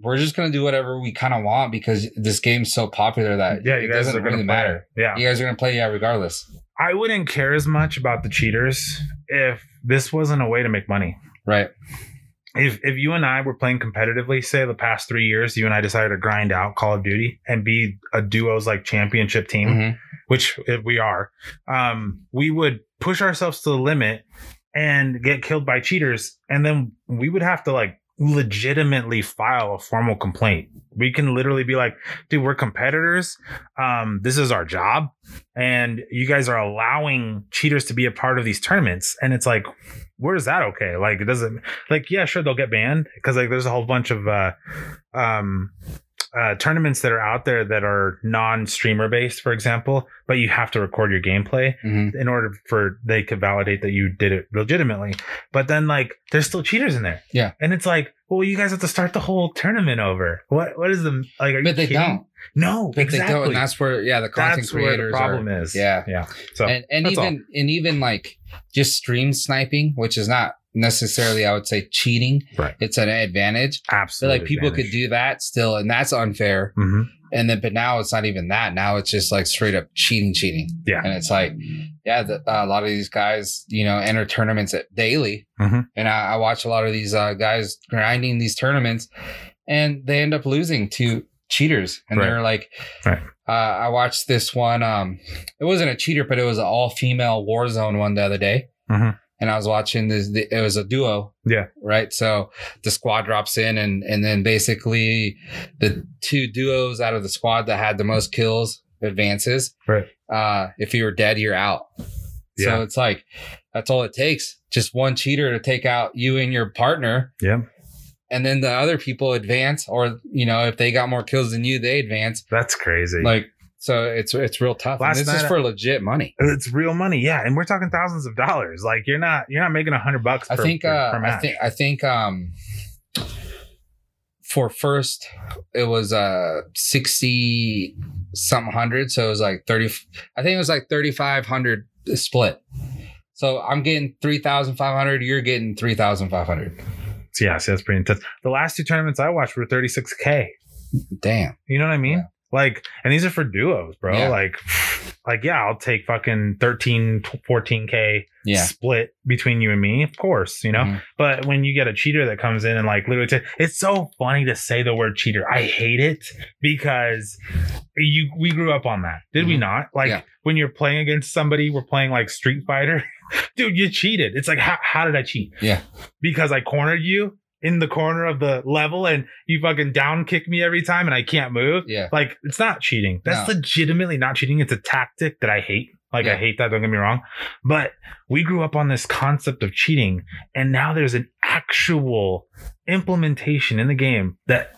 Speaker 2: we're just gonna do whatever we kind of want because this game's so popular that
Speaker 3: Yeah,
Speaker 2: Uh, it
Speaker 3: you guys
Speaker 2: doesn't
Speaker 3: are gonna
Speaker 2: really
Speaker 3: play
Speaker 2: matter.
Speaker 3: it. Yeah.
Speaker 2: You guys are gonna play yeah, regardless,
Speaker 3: I wouldn't care as much about the cheaters if this wasn't a way to make money.
Speaker 2: right?
Speaker 3: If if you and I were playing competitively, say the past three years, you and I decided to grind out Call of Duty and be a duos like championship team,
Speaker 2: Mhm.
Speaker 3: which if we are, um, we would push ourselves to the limit and get killed by cheaters, and then we would have to like legitimately file a formal complaint. We can literally be like, dude, we're competitors. Um, this is our job, and you guys are allowing cheaters to be a part of these tournaments. And it's like, where is that okay? Like, it doesn't like, yeah, sure, they'll get banned because like there's a whole bunch of uh um uh, tournaments that are out there that are non-streamer based, for example, but you have to record your gameplay
Speaker 2: Mhm.
Speaker 3: in order for they could validate that you did it legitimately. But then like there's still cheaters in there.
Speaker 2: Yeah.
Speaker 3: And it's like, well, you guys have to start the whole tournament over. What what is the like are you
Speaker 2: But they
Speaker 3: kidding?
Speaker 2: don't.
Speaker 3: No,
Speaker 2: But
Speaker 3: exactly.
Speaker 2: they don't, and that's where yeah, the content
Speaker 3: That's where
Speaker 2: creators
Speaker 3: the
Speaker 2: are,
Speaker 3: problem is.
Speaker 2: Yeah.
Speaker 3: Yeah. So
Speaker 2: and and
Speaker 3: that's
Speaker 2: even and even like just stream sniping, which is not necessarily I would say cheating.
Speaker 3: Right.
Speaker 2: It's an advantage. But
Speaker 3: absolutely
Speaker 2: like people could do that still, and that's unfair.
Speaker 3: hmm
Speaker 2: And then but now it's not even that. Now it's just like straight up cheating, cheating.
Speaker 3: Yeah.
Speaker 2: And it's like, yeah, the, a lot of these guys, you know, enter tournaments at daily,
Speaker 3: Mhm.
Speaker 2: and I, I watch a lot of these uh, guys grinding these tournaments, and they end up losing to cheaters, and
Speaker 3: Right.
Speaker 2: they're like,
Speaker 3: Right.
Speaker 2: uh, I watched this one. Um, it wasn't a cheater, but it was an all female Warzone one the other day,
Speaker 3: Mhm.
Speaker 2: and I was watching this. The, it was a duo.
Speaker 3: Yeah.
Speaker 2: Right. So the squad drops in, and and then basically the two duos out of the squad that had the most kills advances uh, if you're dead, you're out.
Speaker 3: Yeah.
Speaker 2: So it's like that's all it takes. Just one cheater to take out you and your partner.
Speaker 3: Yeah.
Speaker 2: And then the other people advance, or you know, if they got more kills than you, they advance.
Speaker 3: That's crazy.
Speaker 2: Like so, it's it's real tough.
Speaker 3: Last
Speaker 2: and this
Speaker 3: night-
Speaker 2: is for legit money.
Speaker 3: it's real money, yeah, and we're talking thousands of dollars. Like you're not you're not making a hundred bucks.
Speaker 2: I
Speaker 3: per-
Speaker 2: think.
Speaker 3: per,
Speaker 2: Uh,
Speaker 3: per
Speaker 2: I
Speaker 3: match.
Speaker 2: think. I think. Um. For first, it was uh sixty something hundred, so it was like thirty. I think it was like thirty five hundred split. So I'm getting three thousand five hundred. You're getting three thousand five hundred.
Speaker 3: So yeah, so that's pretty intense. The last two tournaments I watched were 36k.
Speaker 2: Damn.
Speaker 3: You know what I mean?
Speaker 2: Yeah.
Speaker 3: Like, and these are for duos, bro.
Speaker 2: Yeah.
Speaker 3: Like, like yeah, I'll take fucking 13, 14k
Speaker 2: Yeah.
Speaker 3: split between you and me, of course, you know.
Speaker 2: Mhm.
Speaker 3: But when you get a cheater that comes in and like literally, ta- it's so funny to say the word cheater. I hate it because you we grew up on that, did we
Speaker 2: Mhm.
Speaker 3: not? Like
Speaker 2: Yeah.
Speaker 3: when you're playing against somebody, we're playing like Street Fighter, dude. You cheated. It's like how how did I cheat?
Speaker 2: Yeah.
Speaker 3: because I cornered you in the corner of the level and you fucking down kick me every time and I can't move.
Speaker 2: Yeah.
Speaker 3: Like it's not cheating. That's
Speaker 2: No.
Speaker 3: legitimately not cheating. It's a tactic that I hate. Like
Speaker 2: Yeah.
Speaker 3: I hate that. Don't get me wrong, but we grew up on this concept of cheating, and now there's an actual implementation in the game that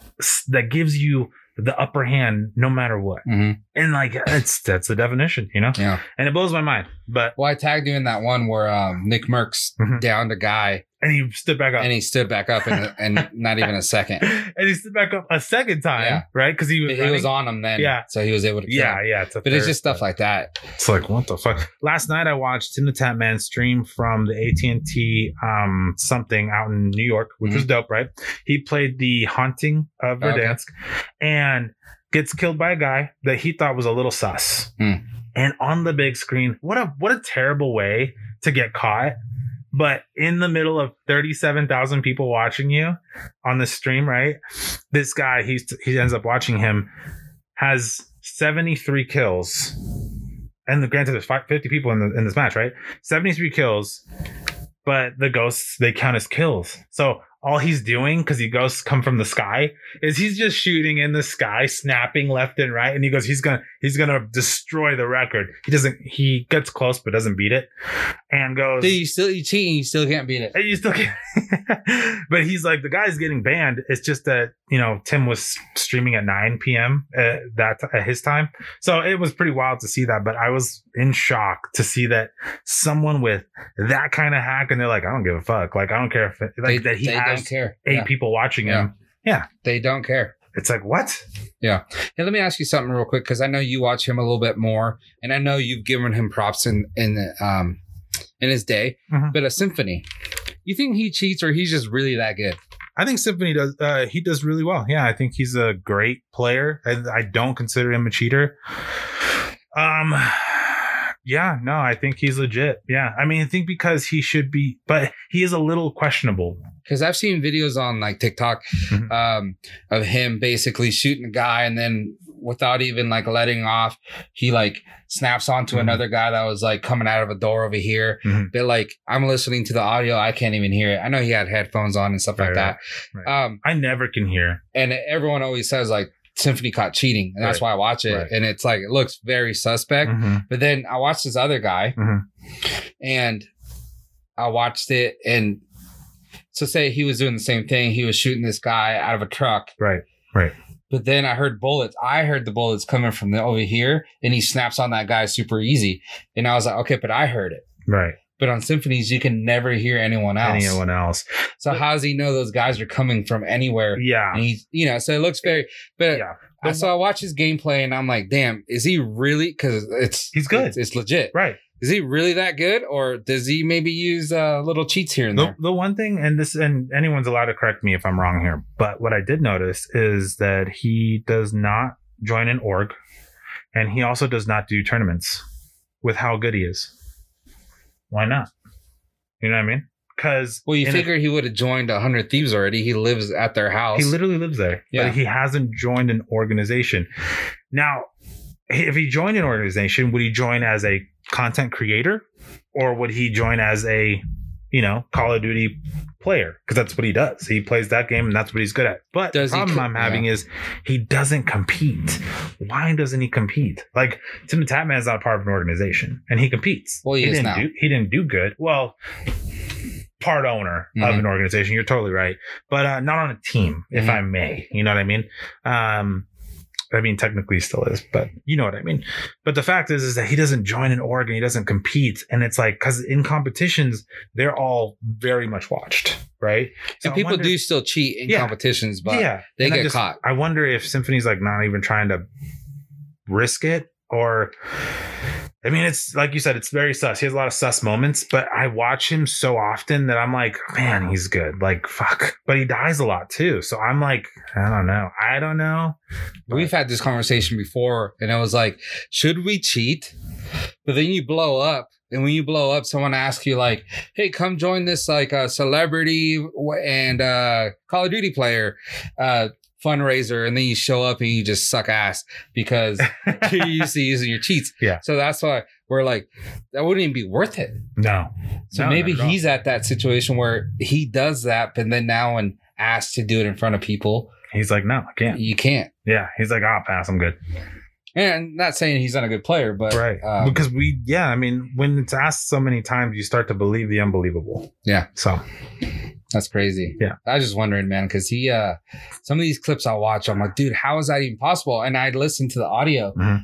Speaker 3: that gives you the upper hand no matter what.
Speaker 2: hmm
Speaker 3: And like it's that's the definition, you know.
Speaker 2: Yeah.
Speaker 3: And it blows my mind, but
Speaker 2: Well, I tagged you in that one where um, Nick Merckx
Speaker 3: Mhm.
Speaker 2: downed a guy
Speaker 3: and he stood back up.
Speaker 2: and he stood back up in, and not even a second.
Speaker 3: and he stood back up a second time,
Speaker 2: Yeah.
Speaker 3: right? Because he was,
Speaker 2: He was on
Speaker 3: running.
Speaker 2: him then.
Speaker 3: Yeah.
Speaker 2: So he was able to. kill
Speaker 3: Yeah,
Speaker 2: him.
Speaker 3: yeah. It's a
Speaker 2: But it's
Speaker 3: third.
Speaker 2: just stuff like that.
Speaker 3: it's like what the fuck. Last night I watched Tim the Tap Man stream from the AT and T um something out in New York, which was dope, right? He played the Haunting of
Speaker 2: Okay.
Speaker 3: Verdansk, and gets killed by a guy that he thought was a little sus.
Speaker 2: Hmm.
Speaker 3: And on the big screen, what a what a terrible way to get caught. But in the middle of 37,000 people watching you on the stream, right? This guy, he's he ends up watching him has 73 kills. And the granted there's fi- 50 people in the in this match, right? 73 kills. But the ghosts they count as kills. So all he's doing cuz he ghosts come from the sky is he's just shooting in the sky, snapping left and right, and he goes, he's gonna he's gonna destroy the record. He doesn't he gets close but doesn't beat it, and goes.
Speaker 2: Dude, you still you cheating, you still can't beat it.
Speaker 3: and you still can't. but he's like, the guy's getting banned. It's just that, you know, Tim was streaming at 9 p.m. At uh, that at his time. So it was pretty wild to see that. But I was in shock to see that someone with that kind of hack and they're like, I don't give a fuck. Like, I don't care if it, like
Speaker 2: they
Speaker 3: that he
Speaker 2: they
Speaker 3: has
Speaker 2: don't care.
Speaker 3: eight
Speaker 2: Yeah.
Speaker 3: people watching him.
Speaker 2: They don't care.
Speaker 3: It's like, what?
Speaker 2: Hey, let me ask you something real quick because I know you watch him a little bit more, and I know you've given him props in in the, um in his day.
Speaker 3: Mhm.
Speaker 2: But a symphony, you think he cheats or he's just really that good?
Speaker 3: I think Symphony does. Uh, he does really well. Yeah, I think he's a great player. I, I don't consider him a cheater. Um, yeah, no, I think he's legit. Yeah, I mean, I think because he should be, but he is a little questionable.
Speaker 2: Because I've seen videos on like TikTok
Speaker 3: Mhm.
Speaker 2: um, of him basically shooting a guy and then without even like letting off, he like snaps onto
Speaker 3: Mhm.
Speaker 2: another guy that was like coming out of a door over here.
Speaker 3: Mhm.
Speaker 2: But like I'm listening to the audio, I can't even hear it. I know he had headphones on and stuff like
Speaker 3: Right,
Speaker 2: that.
Speaker 3: right,
Speaker 2: Um,
Speaker 3: I never can hear.
Speaker 2: and everyone always says like Symphony caught cheating, and that's
Speaker 3: Right.
Speaker 2: why I watch it.
Speaker 3: Right.
Speaker 2: And it's like it looks very suspect.
Speaker 3: Mhm.
Speaker 2: But then I watched this other guy,
Speaker 3: Mhm.
Speaker 2: and I watched it, and so say he was doing the same thing. He was shooting this guy out of a truck,
Speaker 3: Right.
Speaker 2: but then I heard bullets. I heard the bullets coming from the, over here, and he snaps on that guy super easy. And I was like, okay, but I heard it.
Speaker 3: Right.
Speaker 2: But on symphonies, you can never hear anyone else.
Speaker 3: Anyone else?
Speaker 2: So how does he know those guys are coming from anywhere?
Speaker 3: Yeah.
Speaker 2: And he's, you know, so it looks very, but
Speaker 3: Yeah.
Speaker 2: I, so I watch his gameplay and I'm like, damn, is he really? Because it's
Speaker 3: He's good.
Speaker 2: It's, it's legit.
Speaker 3: Right.
Speaker 2: Is he really that good, or does he maybe use uh, little cheats here and
Speaker 3: The,
Speaker 2: there?
Speaker 3: the one thing, and this, and anyone's allowed to correct me if I'm wrong here, but what I did notice is that he does not join an org, and he also does not do tournaments with how good he is. Why not? You know what I mean? Because
Speaker 2: Well, you figure he would have joined hundred thieves already. He lives at their house.
Speaker 3: he literally lives there,
Speaker 2: Yeah.
Speaker 3: but he hasn't joined an organization. Now, if he joined an organization, would he join as a content creator, or would he join as a, you know, Call of Duty player? Because that's what he does. He plays that game, and that's what he's good at. But
Speaker 2: Does
Speaker 3: the
Speaker 2: he
Speaker 3: problem
Speaker 2: co-
Speaker 3: I'm having is he doesn't compete. Why doesn't he compete? Like Tim the Tatman is not part of an organization, and he competes.
Speaker 2: Well, he is
Speaker 3: didn't
Speaker 2: now.
Speaker 3: Do, he didn't do good. Well. Part owner of
Speaker 2: Mhm.
Speaker 3: an organization. You're totally right but uh, not on a team, if
Speaker 2: Mhm.
Speaker 3: I may. You know what I mean? Um, I mean, technically, he still is, but you know what I mean. But the fact is, is that he doesn't join an org and he doesn't compete, and it's like because in competitions they're all very much watched, right? So
Speaker 2: and
Speaker 3: I
Speaker 2: people
Speaker 3: wonder-
Speaker 2: do still cheat in
Speaker 3: Yeah.
Speaker 2: competitions, but
Speaker 3: yeah,
Speaker 2: they
Speaker 3: And I
Speaker 2: get
Speaker 3: just-
Speaker 2: caught.
Speaker 3: I wonder if Symphony's like not even trying to risk it, or I mean, it's like you said, it's very sus. He has a lot of sus moments, but I watch him so often that I'm like, man, he's good. Like, fuck. But he dies a lot too. So I'm like, I don't know. I don't know.
Speaker 2: We've had this conversation before, and I was like, should we cheat? But then you blow up. And when you blow up, someone asks you like, "Hey, come join this like uh, celebrity w- and uh, Call of Duty player uh, fundraiser," and then you show up and you just suck ass because you're used to using your cheats.
Speaker 3: Yeah.
Speaker 2: So that's why we're like, that wouldn't even be worth it.
Speaker 3: no.
Speaker 2: So
Speaker 3: No,
Speaker 2: maybe
Speaker 3: not at all.
Speaker 2: he's at that situation where he does that, but then now when asked to do it in front of people,
Speaker 3: He's like, no, I can't.
Speaker 2: you can't.
Speaker 3: Yeah. He's like, I'll pass. I'm good.
Speaker 2: And not saying he's not a good player, but
Speaker 3: Right.
Speaker 2: uh,
Speaker 3: because we, yeah, I mean, when it's asked so many times, you start to believe the unbelievable.
Speaker 2: Yeah.
Speaker 3: So
Speaker 2: that's crazy.
Speaker 3: Yeah.
Speaker 2: I was just wondering, man, because he uh some of these clips I watch, I'm like, dude, how is that even possible? And I listen to the audio
Speaker 3: Mhm.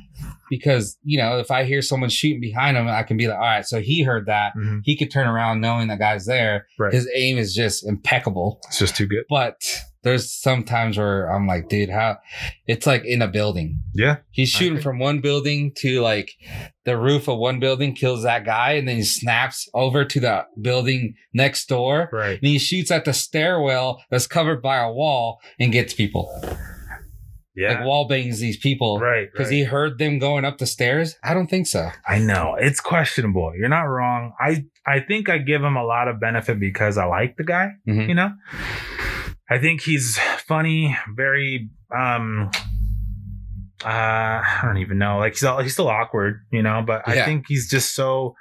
Speaker 2: because you know, if I hear someone shooting behind him, I can be like, all right, so he heard that.
Speaker 3: mhm,
Speaker 2: He could turn around knowing that guy's there.
Speaker 3: Right.
Speaker 2: His aim is just impeccable.
Speaker 3: it's just too good.
Speaker 2: but there's sometimes where I'm like, dude, how it's like in a building.
Speaker 3: Yeah.
Speaker 2: He's shooting from one building to like the roof of one building, kills that guy, and then he snaps over to the building next door.
Speaker 3: Right.
Speaker 2: And he shoots at the stairwell that's covered by a wall and gets people. Like
Speaker 3: Yeah.
Speaker 2: wall bangs these people.
Speaker 3: right.
Speaker 2: Because
Speaker 3: right.
Speaker 2: he heard them going up the stairs? I don't think so.
Speaker 3: I know it's questionable. You're not wrong. I I think I give him a lot of benefit because I like the guy.
Speaker 2: Mhm.
Speaker 3: You know, I think he's funny, very um. Uh, I don't even know. Like he's all, he's still awkward, you know. But I
Speaker 2: Yeah.
Speaker 3: think he's just so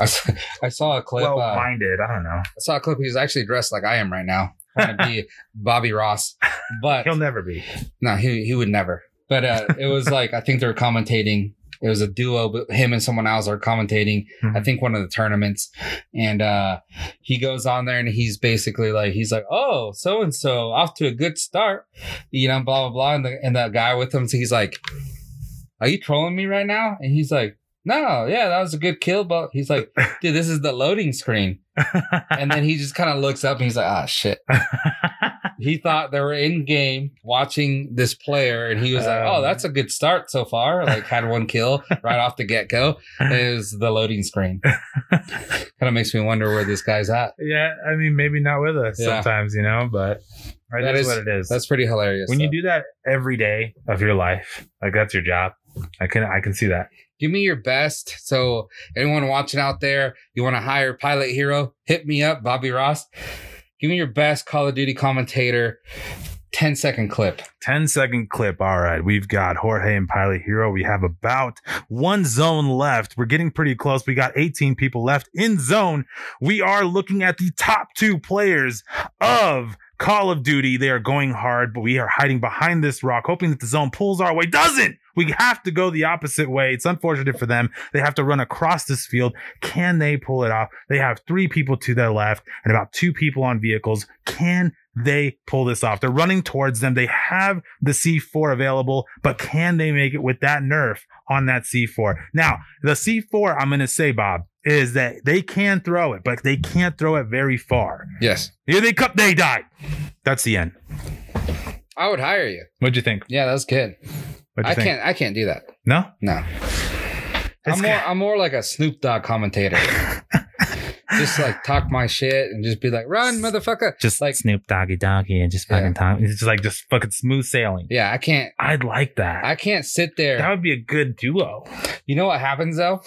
Speaker 2: I saw, I saw a clip.
Speaker 3: well
Speaker 2: uh,
Speaker 3: minded. I don't know.
Speaker 2: I saw a clip. He was actually dressed like I am right now. Trying to be Bobby Ross. But
Speaker 3: He'll never be.
Speaker 2: No, he he would never. But uh, it was like I think they were commentating. It was a duo, but him and someone else are commentating. I
Speaker 3: Mhm.
Speaker 2: think one of the tournaments, and uh, he goes on there and he's basically like he's like, oh, so and so off to a good start, you know, blah blah blah. And the and the guy with him, he's like, are you trolling me right now? And he's like, no, yeah, that was a good kill, but he's like, dude, this is the loading screen. And then he just kind of looks up and he's like, ah, shit he thought they were in game watching this player, and he was like,
Speaker 3: Um,
Speaker 2: "Oh, that's a good start so far." Like had one kill right off the get go. It was the loading screen. kind of makes me wonder where this guy's at.
Speaker 3: yeah, I mean, maybe not with us
Speaker 2: Yeah.
Speaker 3: sometimes, you know. But right,
Speaker 2: That
Speaker 3: that's
Speaker 2: is-
Speaker 3: what it is.
Speaker 2: That's pretty hilarious.
Speaker 3: when you
Speaker 2: though.
Speaker 3: do that every day of your life, like that's your job. I can I can see that.
Speaker 2: give me your best. So anyone watching out there, you want to hire Pilot Hero? Hit me up, Bobby Ross. Give me your best Call of Duty commentator. 10 second clip.
Speaker 3: 10 second clip. All right, we've got Jorge and Pilot Hero. We have about one zone left. We're getting pretty close. We got 18 people left in zone. We are looking at the top two players of Call of Duty. They are going hard, but we are hiding behind this rock, hoping that the zone pulls our way. Doesn't! We have to go the opposite way. It's unfortunate for them. They have to run across this field. Can they pull it off? They have three people to their left and about two people on vehicles. Can they pull this off? They're running towards them. They have the C4 available, but can they make it with that nerf on that C4? Now, the C4, I'm going to say, Bob, is that they can throw it, but they can't throw it very far.
Speaker 2: Yes.
Speaker 3: Here they come. They die. That's the end.
Speaker 2: I would hire you.
Speaker 3: What'd you think?
Speaker 2: Yeah, that was good.
Speaker 3: What'd you
Speaker 2: I
Speaker 3: think?
Speaker 2: can't I can't do that.
Speaker 3: No?
Speaker 2: No.
Speaker 3: It's
Speaker 2: I'm more, I'm more like a Snoop Dogg commentator. just like talk my shit and just be like, run, motherfucker.
Speaker 3: just
Speaker 2: like-
Speaker 3: like Snoop Doggy Doggy and just
Speaker 2: Yeah.
Speaker 3: fucking time. It's just like just fucking smooth sailing.
Speaker 2: Yeah, I can't
Speaker 3: I'd like that.
Speaker 2: I can't sit
Speaker 3: that
Speaker 2: there.
Speaker 3: would be a good duo.
Speaker 2: You know what happens though?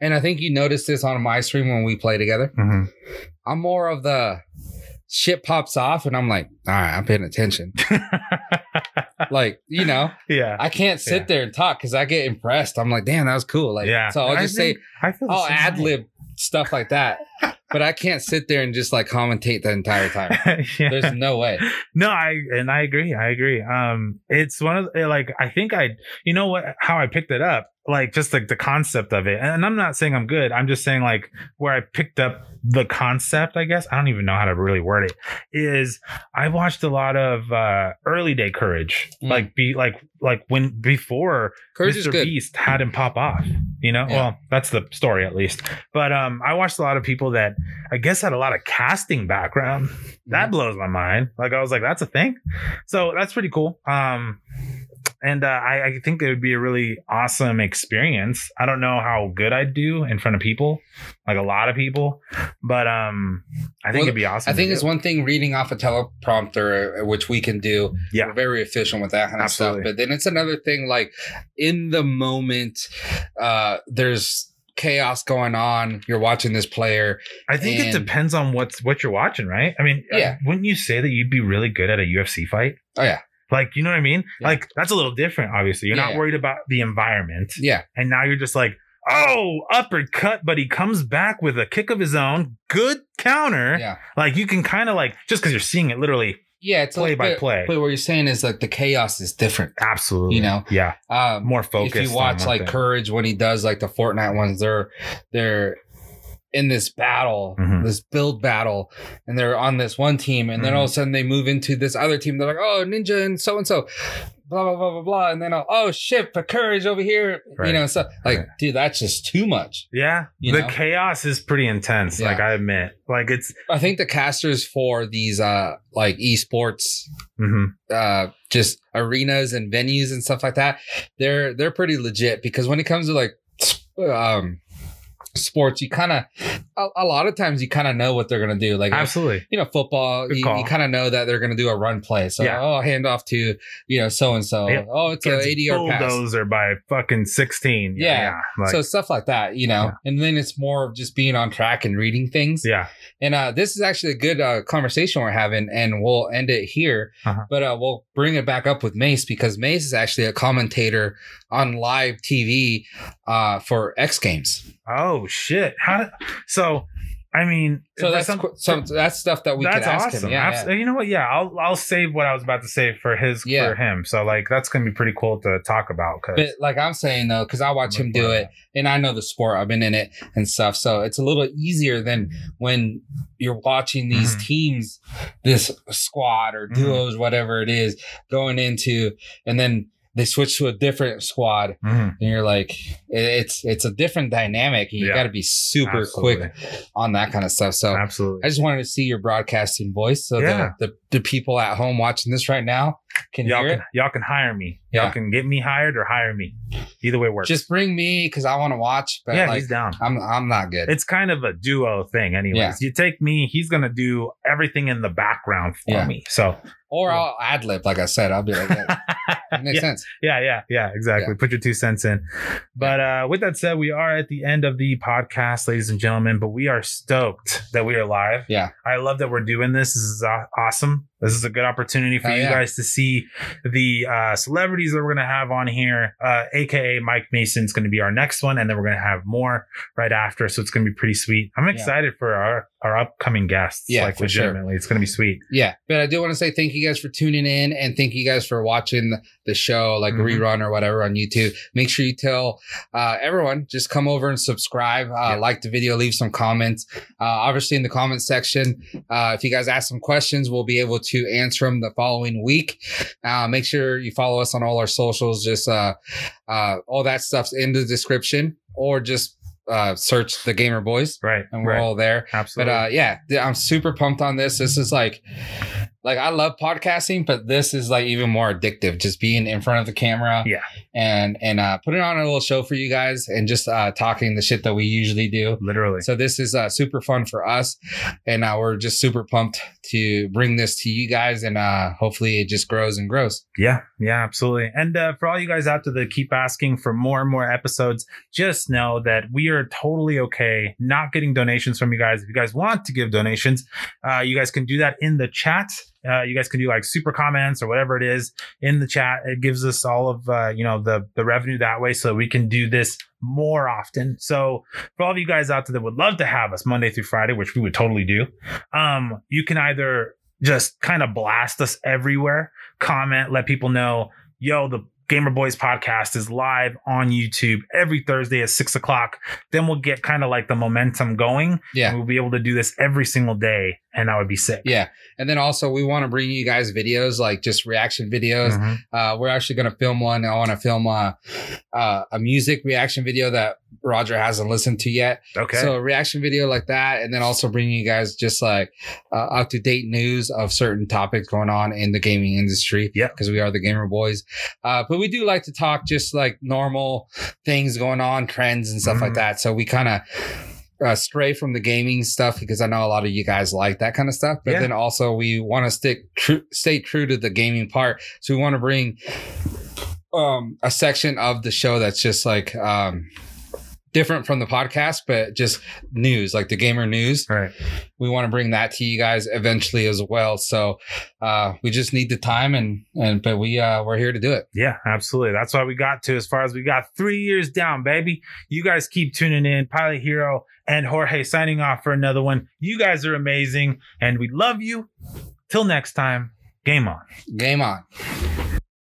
Speaker 2: And I think you noticed this on my stream when we play together. I'm more of the shit pops off and I'm like, all right, I'm paying attention. like, you know,
Speaker 3: Yeah.
Speaker 2: I can't sit
Speaker 3: Yeah.
Speaker 2: there and talk because I get impressed. I'm like, damn, that was cool. Like,
Speaker 3: yeah.
Speaker 2: so I'll
Speaker 3: I
Speaker 2: just say, oh,
Speaker 3: think- I feel the
Speaker 2: I'll
Speaker 3: same way.
Speaker 2: ad lib stuff like that, but I can't sit there and just like commentate the entire time.
Speaker 3: yeah.
Speaker 2: There's no way.
Speaker 3: no i and i agree i agree um it's one of the, like i think i you know what how i picked it up like just like the concept of it and i'm not saying i'm good i'm just saying like where i picked up the concept i guess i don't even know how to really word it is i watched a lot of uh early day courage
Speaker 2: Mm.
Speaker 3: like be like like when before
Speaker 2: Courage
Speaker 3: Mr.
Speaker 2: is good.
Speaker 3: Beast had him pop off. You know,
Speaker 2: Yeah.
Speaker 3: well, that's the story at least. But um, I watched a lot of people that I guess had a lot of casting background.
Speaker 2: Mm-hmm.
Speaker 3: That blows my mind. Like I was like, that's a thing. So that's pretty cool. Um, and uh, I, I think it would be a really awesome experience. I don't know how good I'd do in front of people, like a lot of people, but um, I think
Speaker 2: Well,
Speaker 3: it'd be awesome.
Speaker 2: I
Speaker 3: to
Speaker 2: think
Speaker 3: do.
Speaker 2: it's one thing reading off a teleprompter, uh, which we can do.
Speaker 3: Yeah.
Speaker 2: We're very efficient with that kind of
Speaker 3: Absolutely.
Speaker 2: stuff. But then it's another thing like in the moment, uh, there's chaos going on. You're watching this player.
Speaker 3: I think it
Speaker 2: and-
Speaker 3: depends on what's what you're watching, right? I mean,
Speaker 2: Yeah.
Speaker 3: wouldn't you say that you'd be really good at a UFC fight?
Speaker 2: Oh, yeah.
Speaker 3: Like, you know what I mean?
Speaker 2: Yeah.
Speaker 3: Like, that's a little different, obviously. You're
Speaker 2: Yeah,
Speaker 3: not
Speaker 2: yeah.
Speaker 3: worried about the environment.
Speaker 2: Yeah.
Speaker 3: And now you're just like, oh, uppercut, but he comes back with a kick of his own. Good counter.
Speaker 2: Yeah.
Speaker 3: Like, you can kind of like, just because you're seeing it literally
Speaker 2: Yeah. It's a
Speaker 3: play
Speaker 2: little
Speaker 3: by
Speaker 2: bit-
Speaker 3: play.
Speaker 2: But what you're saying is like the chaos is different.
Speaker 3: Absolutely.
Speaker 2: You know?
Speaker 3: yeah.
Speaker 2: Um,
Speaker 3: More focused.
Speaker 2: if you
Speaker 3: on
Speaker 2: watch
Speaker 3: one
Speaker 2: like
Speaker 3: thing.
Speaker 2: Courage when he does like the Fortnite ones, they're they're in this battle,
Speaker 3: Mhm.
Speaker 2: this build battle, and they're on this one team, and then
Speaker 3: Mm-hmm.
Speaker 2: all of a sudden they move into this other team. They're like, oh, Ninja and so and so, blah blah blah blah blah, and then oh, oh shit, for Courage over here,
Speaker 3: Right.
Speaker 2: you know, so like,
Speaker 3: Right.
Speaker 2: dude, that's just too much.
Speaker 3: yeah.
Speaker 2: you
Speaker 3: the
Speaker 2: know?
Speaker 3: chaos is pretty intense.
Speaker 2: Yeah.
Speaker 3: Like, I admit. Like, it's,
Speaker 2: I think the casters for these uh like esports
Speaker 3: mhm.
Speaker 2: uh just arenas and venues and stuff like that they're they're pretty legit because when it comes to like sp- um sports you kind of a, a lot of times you kind of know what they're gonna do like
Speaker 3: absolutely.
Speaker 2: you know football
Speaker 3: Good
Speaker 2: you,
Speaker 3: call.
Speaker 2: you kind of know that they're gonna do a run play so
Speaker 3: Yeah.
Speaker 2: oh hand off to you know so and so
Speaker 3: Yeah.
Speaker 2: oh it's an
Speaker 3: gets
Speaker 2: 80 yard pass
Speaker 3: bulldozer by fucking 16
Speaker 2: Yeah.
Speaker 3: like,
Speaker 2: so stuff like that you know
Speaker 3: Yeah.
Speaker 2: and then it's more of just being on track and reading things
Speaker 3: yeah
Speaker 2: and uh, this is actually a good uh, conversation we're having, and we'll end it here.
Speaker 3: Uh-huh.
Speaker 2: But uh, we'll bring it back up with Mace because Mace is actually a commentator on live TV uh, for X Games.
Speaker 3: oh shit how did, so i mean
Speaker 2: So
Speaker 3: for
Speaker 2: that's
Speaker 3: some-
Speaker 2: qu- so that's stuff that we can
Speaker 3: that's
Speaker 2: ask
Speaker 3: awesome
Speaker 2: him. Yeah,
Speaker 3: Abs-
Speaker 2: yeah.
Speaker 3: you know what yeah I'll, I'll save what i was about to say for his
Speaker 2: Yeah.
Speaker 3: for him so like that's gonna be pretty cool to talk about
Speaker 2: But
Speaker 3: because
Speaker 2: like I'm saying though, because I watch him do it, and I know the sport. I've been in it and stuff, so it's a little easier than when you're watching these
Speaker 3: Mhm.
Speaker 2: teams, this squad or
Speaker 3: Mhm.
Speaker 2: duos, whatever it is, going into, and then they switch to a different squad.
Speaker 3: Mm-hmm.
Speaker 2: and you're like it- it's it's a different dynamic and you
Speaker 3: Yeah.
Speaker 2: got to be super quick on that kind of stuff so
Speaker 3: absolutely
Speaker 2: i just wanted to see your broadcasting voice so
Speaker 3: Yeah.
Speaker 2: the, the the people at home watching this right now can
Speaker 3: y'all
Speaker 2: hear
Speaker 3: can,
Speaker 2: it
Speaker 3: y'all can hire me
Speaker 2: Yeah.
Speaker 3: y'all can get me hired or hire me either way works
Speaker 2: just bring me because i want to watch but
Speaker 3: yeah
Speaker 2: like
Speaker 3: he's down
Speaker 2: i'm i'm not good
Speaker 3: it's kind of a duo thing anyways
Speaker 2: Yeah.
Speaker 3: you take me he's gonna do everything in the background for
Speaker 2: Yeah.
Speaker 3: me so
Speaker 2: or i'll ad lib like i said i'll be like yeah, it makes
Speaker 3: Yeah.
Speaker 2: sense
Speaker 3: Yeah, yeah, yeah, exactly. Put your two cents in. But uh, with that said, we are at the end of the podcast, ladies and gentlemen, but we are stoked that we are live.
Speaker 2: Yeah.
Speaker 3: I love that we're doing this. This is aw- awesome. This is a good opportunity for
Speaker 2: Hell
Speaker 3: you
Speaker 2: yeah.
Speaker 3: guys to see the uh, celebrities that we're going to have on here, uh, AKA Mike Mason's going to be our next one. And then we're going to have more right after. So it's going to be pretty sweet. I'm excited for our, our upcoming guests.
Speaker 2: Yeah,
Speaker 3: Like,
Speaker 2: for sure.
Speaker 3: legitimately, it's going to be sweet.
Speaker 2: yeah but i do want to say thank you guys for tuning in and thank you guys for watching the show like
Speaker 3: Mhm.
Speaker 2: rerun or whatever on youtube make sure you tell uh, everyone just come over and subscribe uh,
Speaker 3: Yeah.
Speaker 2: like the video leave some comments uh, obviously in the comment section uh, if you guys ask some questions we'll be able to answer them the following week uh, make sure you follow us on all our socials just uh, uh, all that stuff's in the description or just uh, search the gamer boys
Speaker 3: Right.
Speaker 2: and we're
Speaker 3: right.
Speaker 2: all there but
Speaker 3: Absolutely.
Speaker 2: uh, yeah, th- I'm super pumped on this. This is like, like I love podcasting, but this is like even more addictive. Just being in front of the camera,
Speaker 3: Yeah.
Speaker 2: and and uh, putting on a little show for you guys, and just uh, talking the shit that we usually do.
Speaker 3: Literally.
Speaker 2: So this is uh, super fun for us, and uh, we're just super pumped to bring this to you guys, and uh, hopefully it just grows and grows.
Speaker 3: Yeah, yeah, absolutely. And uh, for all you guys out there that keep asking for more and more episodes, just know that we are totally okay not getting donations from you guys. If you guys want to give donations, uh, you guys can do that in the chat. Uh, you guys can do like super comments or whatever it is in the chat. It gives us all of uh, you know the the revenue that way, so we can do this more often. So for all of you guys out there that would love to have us Monday through Friday, which we would totally do, um, you can either just kind of blast us everywhere comment, let people know, yo, the Gamer Boys podcast is live on YouTube every Thursday at six o'clock. Then we'll get kind of like the momentum going.
Speaker 2: Yeah.
Speaker 3: We'll be able to do this every single day. and that would be sick.
Speaker 2: Yeah. And then also, we want to bring you guys videos, like just reaction videos.
Speaker 3: Mhm.
Speaker 2: Uh, we're actually going to film one. I want to film uh, uh, a music reaction video that Roger hasn't listened to yet.
Speaker 3: Okay.
Speaker 2: So, a reaction video like that. And then also bringing you guys just like uh, up to date news of certain topics going on in the gaming industry.
Speaker 3: Yeah.
Speaker 2: Because we are the Gamer Boys. Uh, but we do like to talk just like normal things going on, trends and stuff like
Speaker 3: Mhm.
Speaker 2: that. So, we kind of. Uh, stray from the gaming stuff because I know a lot of you guys like that kind of stuff, but
Speaker 3: Yeah.
Speaker 2: then also we want to stick true, stay true to the gaming part. So we want to bring um a section of the show that's just like um different from the podcast but just news like the gamer news
Speaker 3: All right.
Speaker 2: we want to bring that to you guys eventually as well so uh we just need the time and and but we uh we're here to do it
Speaker 3: Yeah, absolutely. That's why we got to as far as we got three years down, baby. You guys keep tuning in. Pilot Hero and Jorge signing off for another one. You guys are amazing and we love you. Till next time, game on.
Speaker 2: game on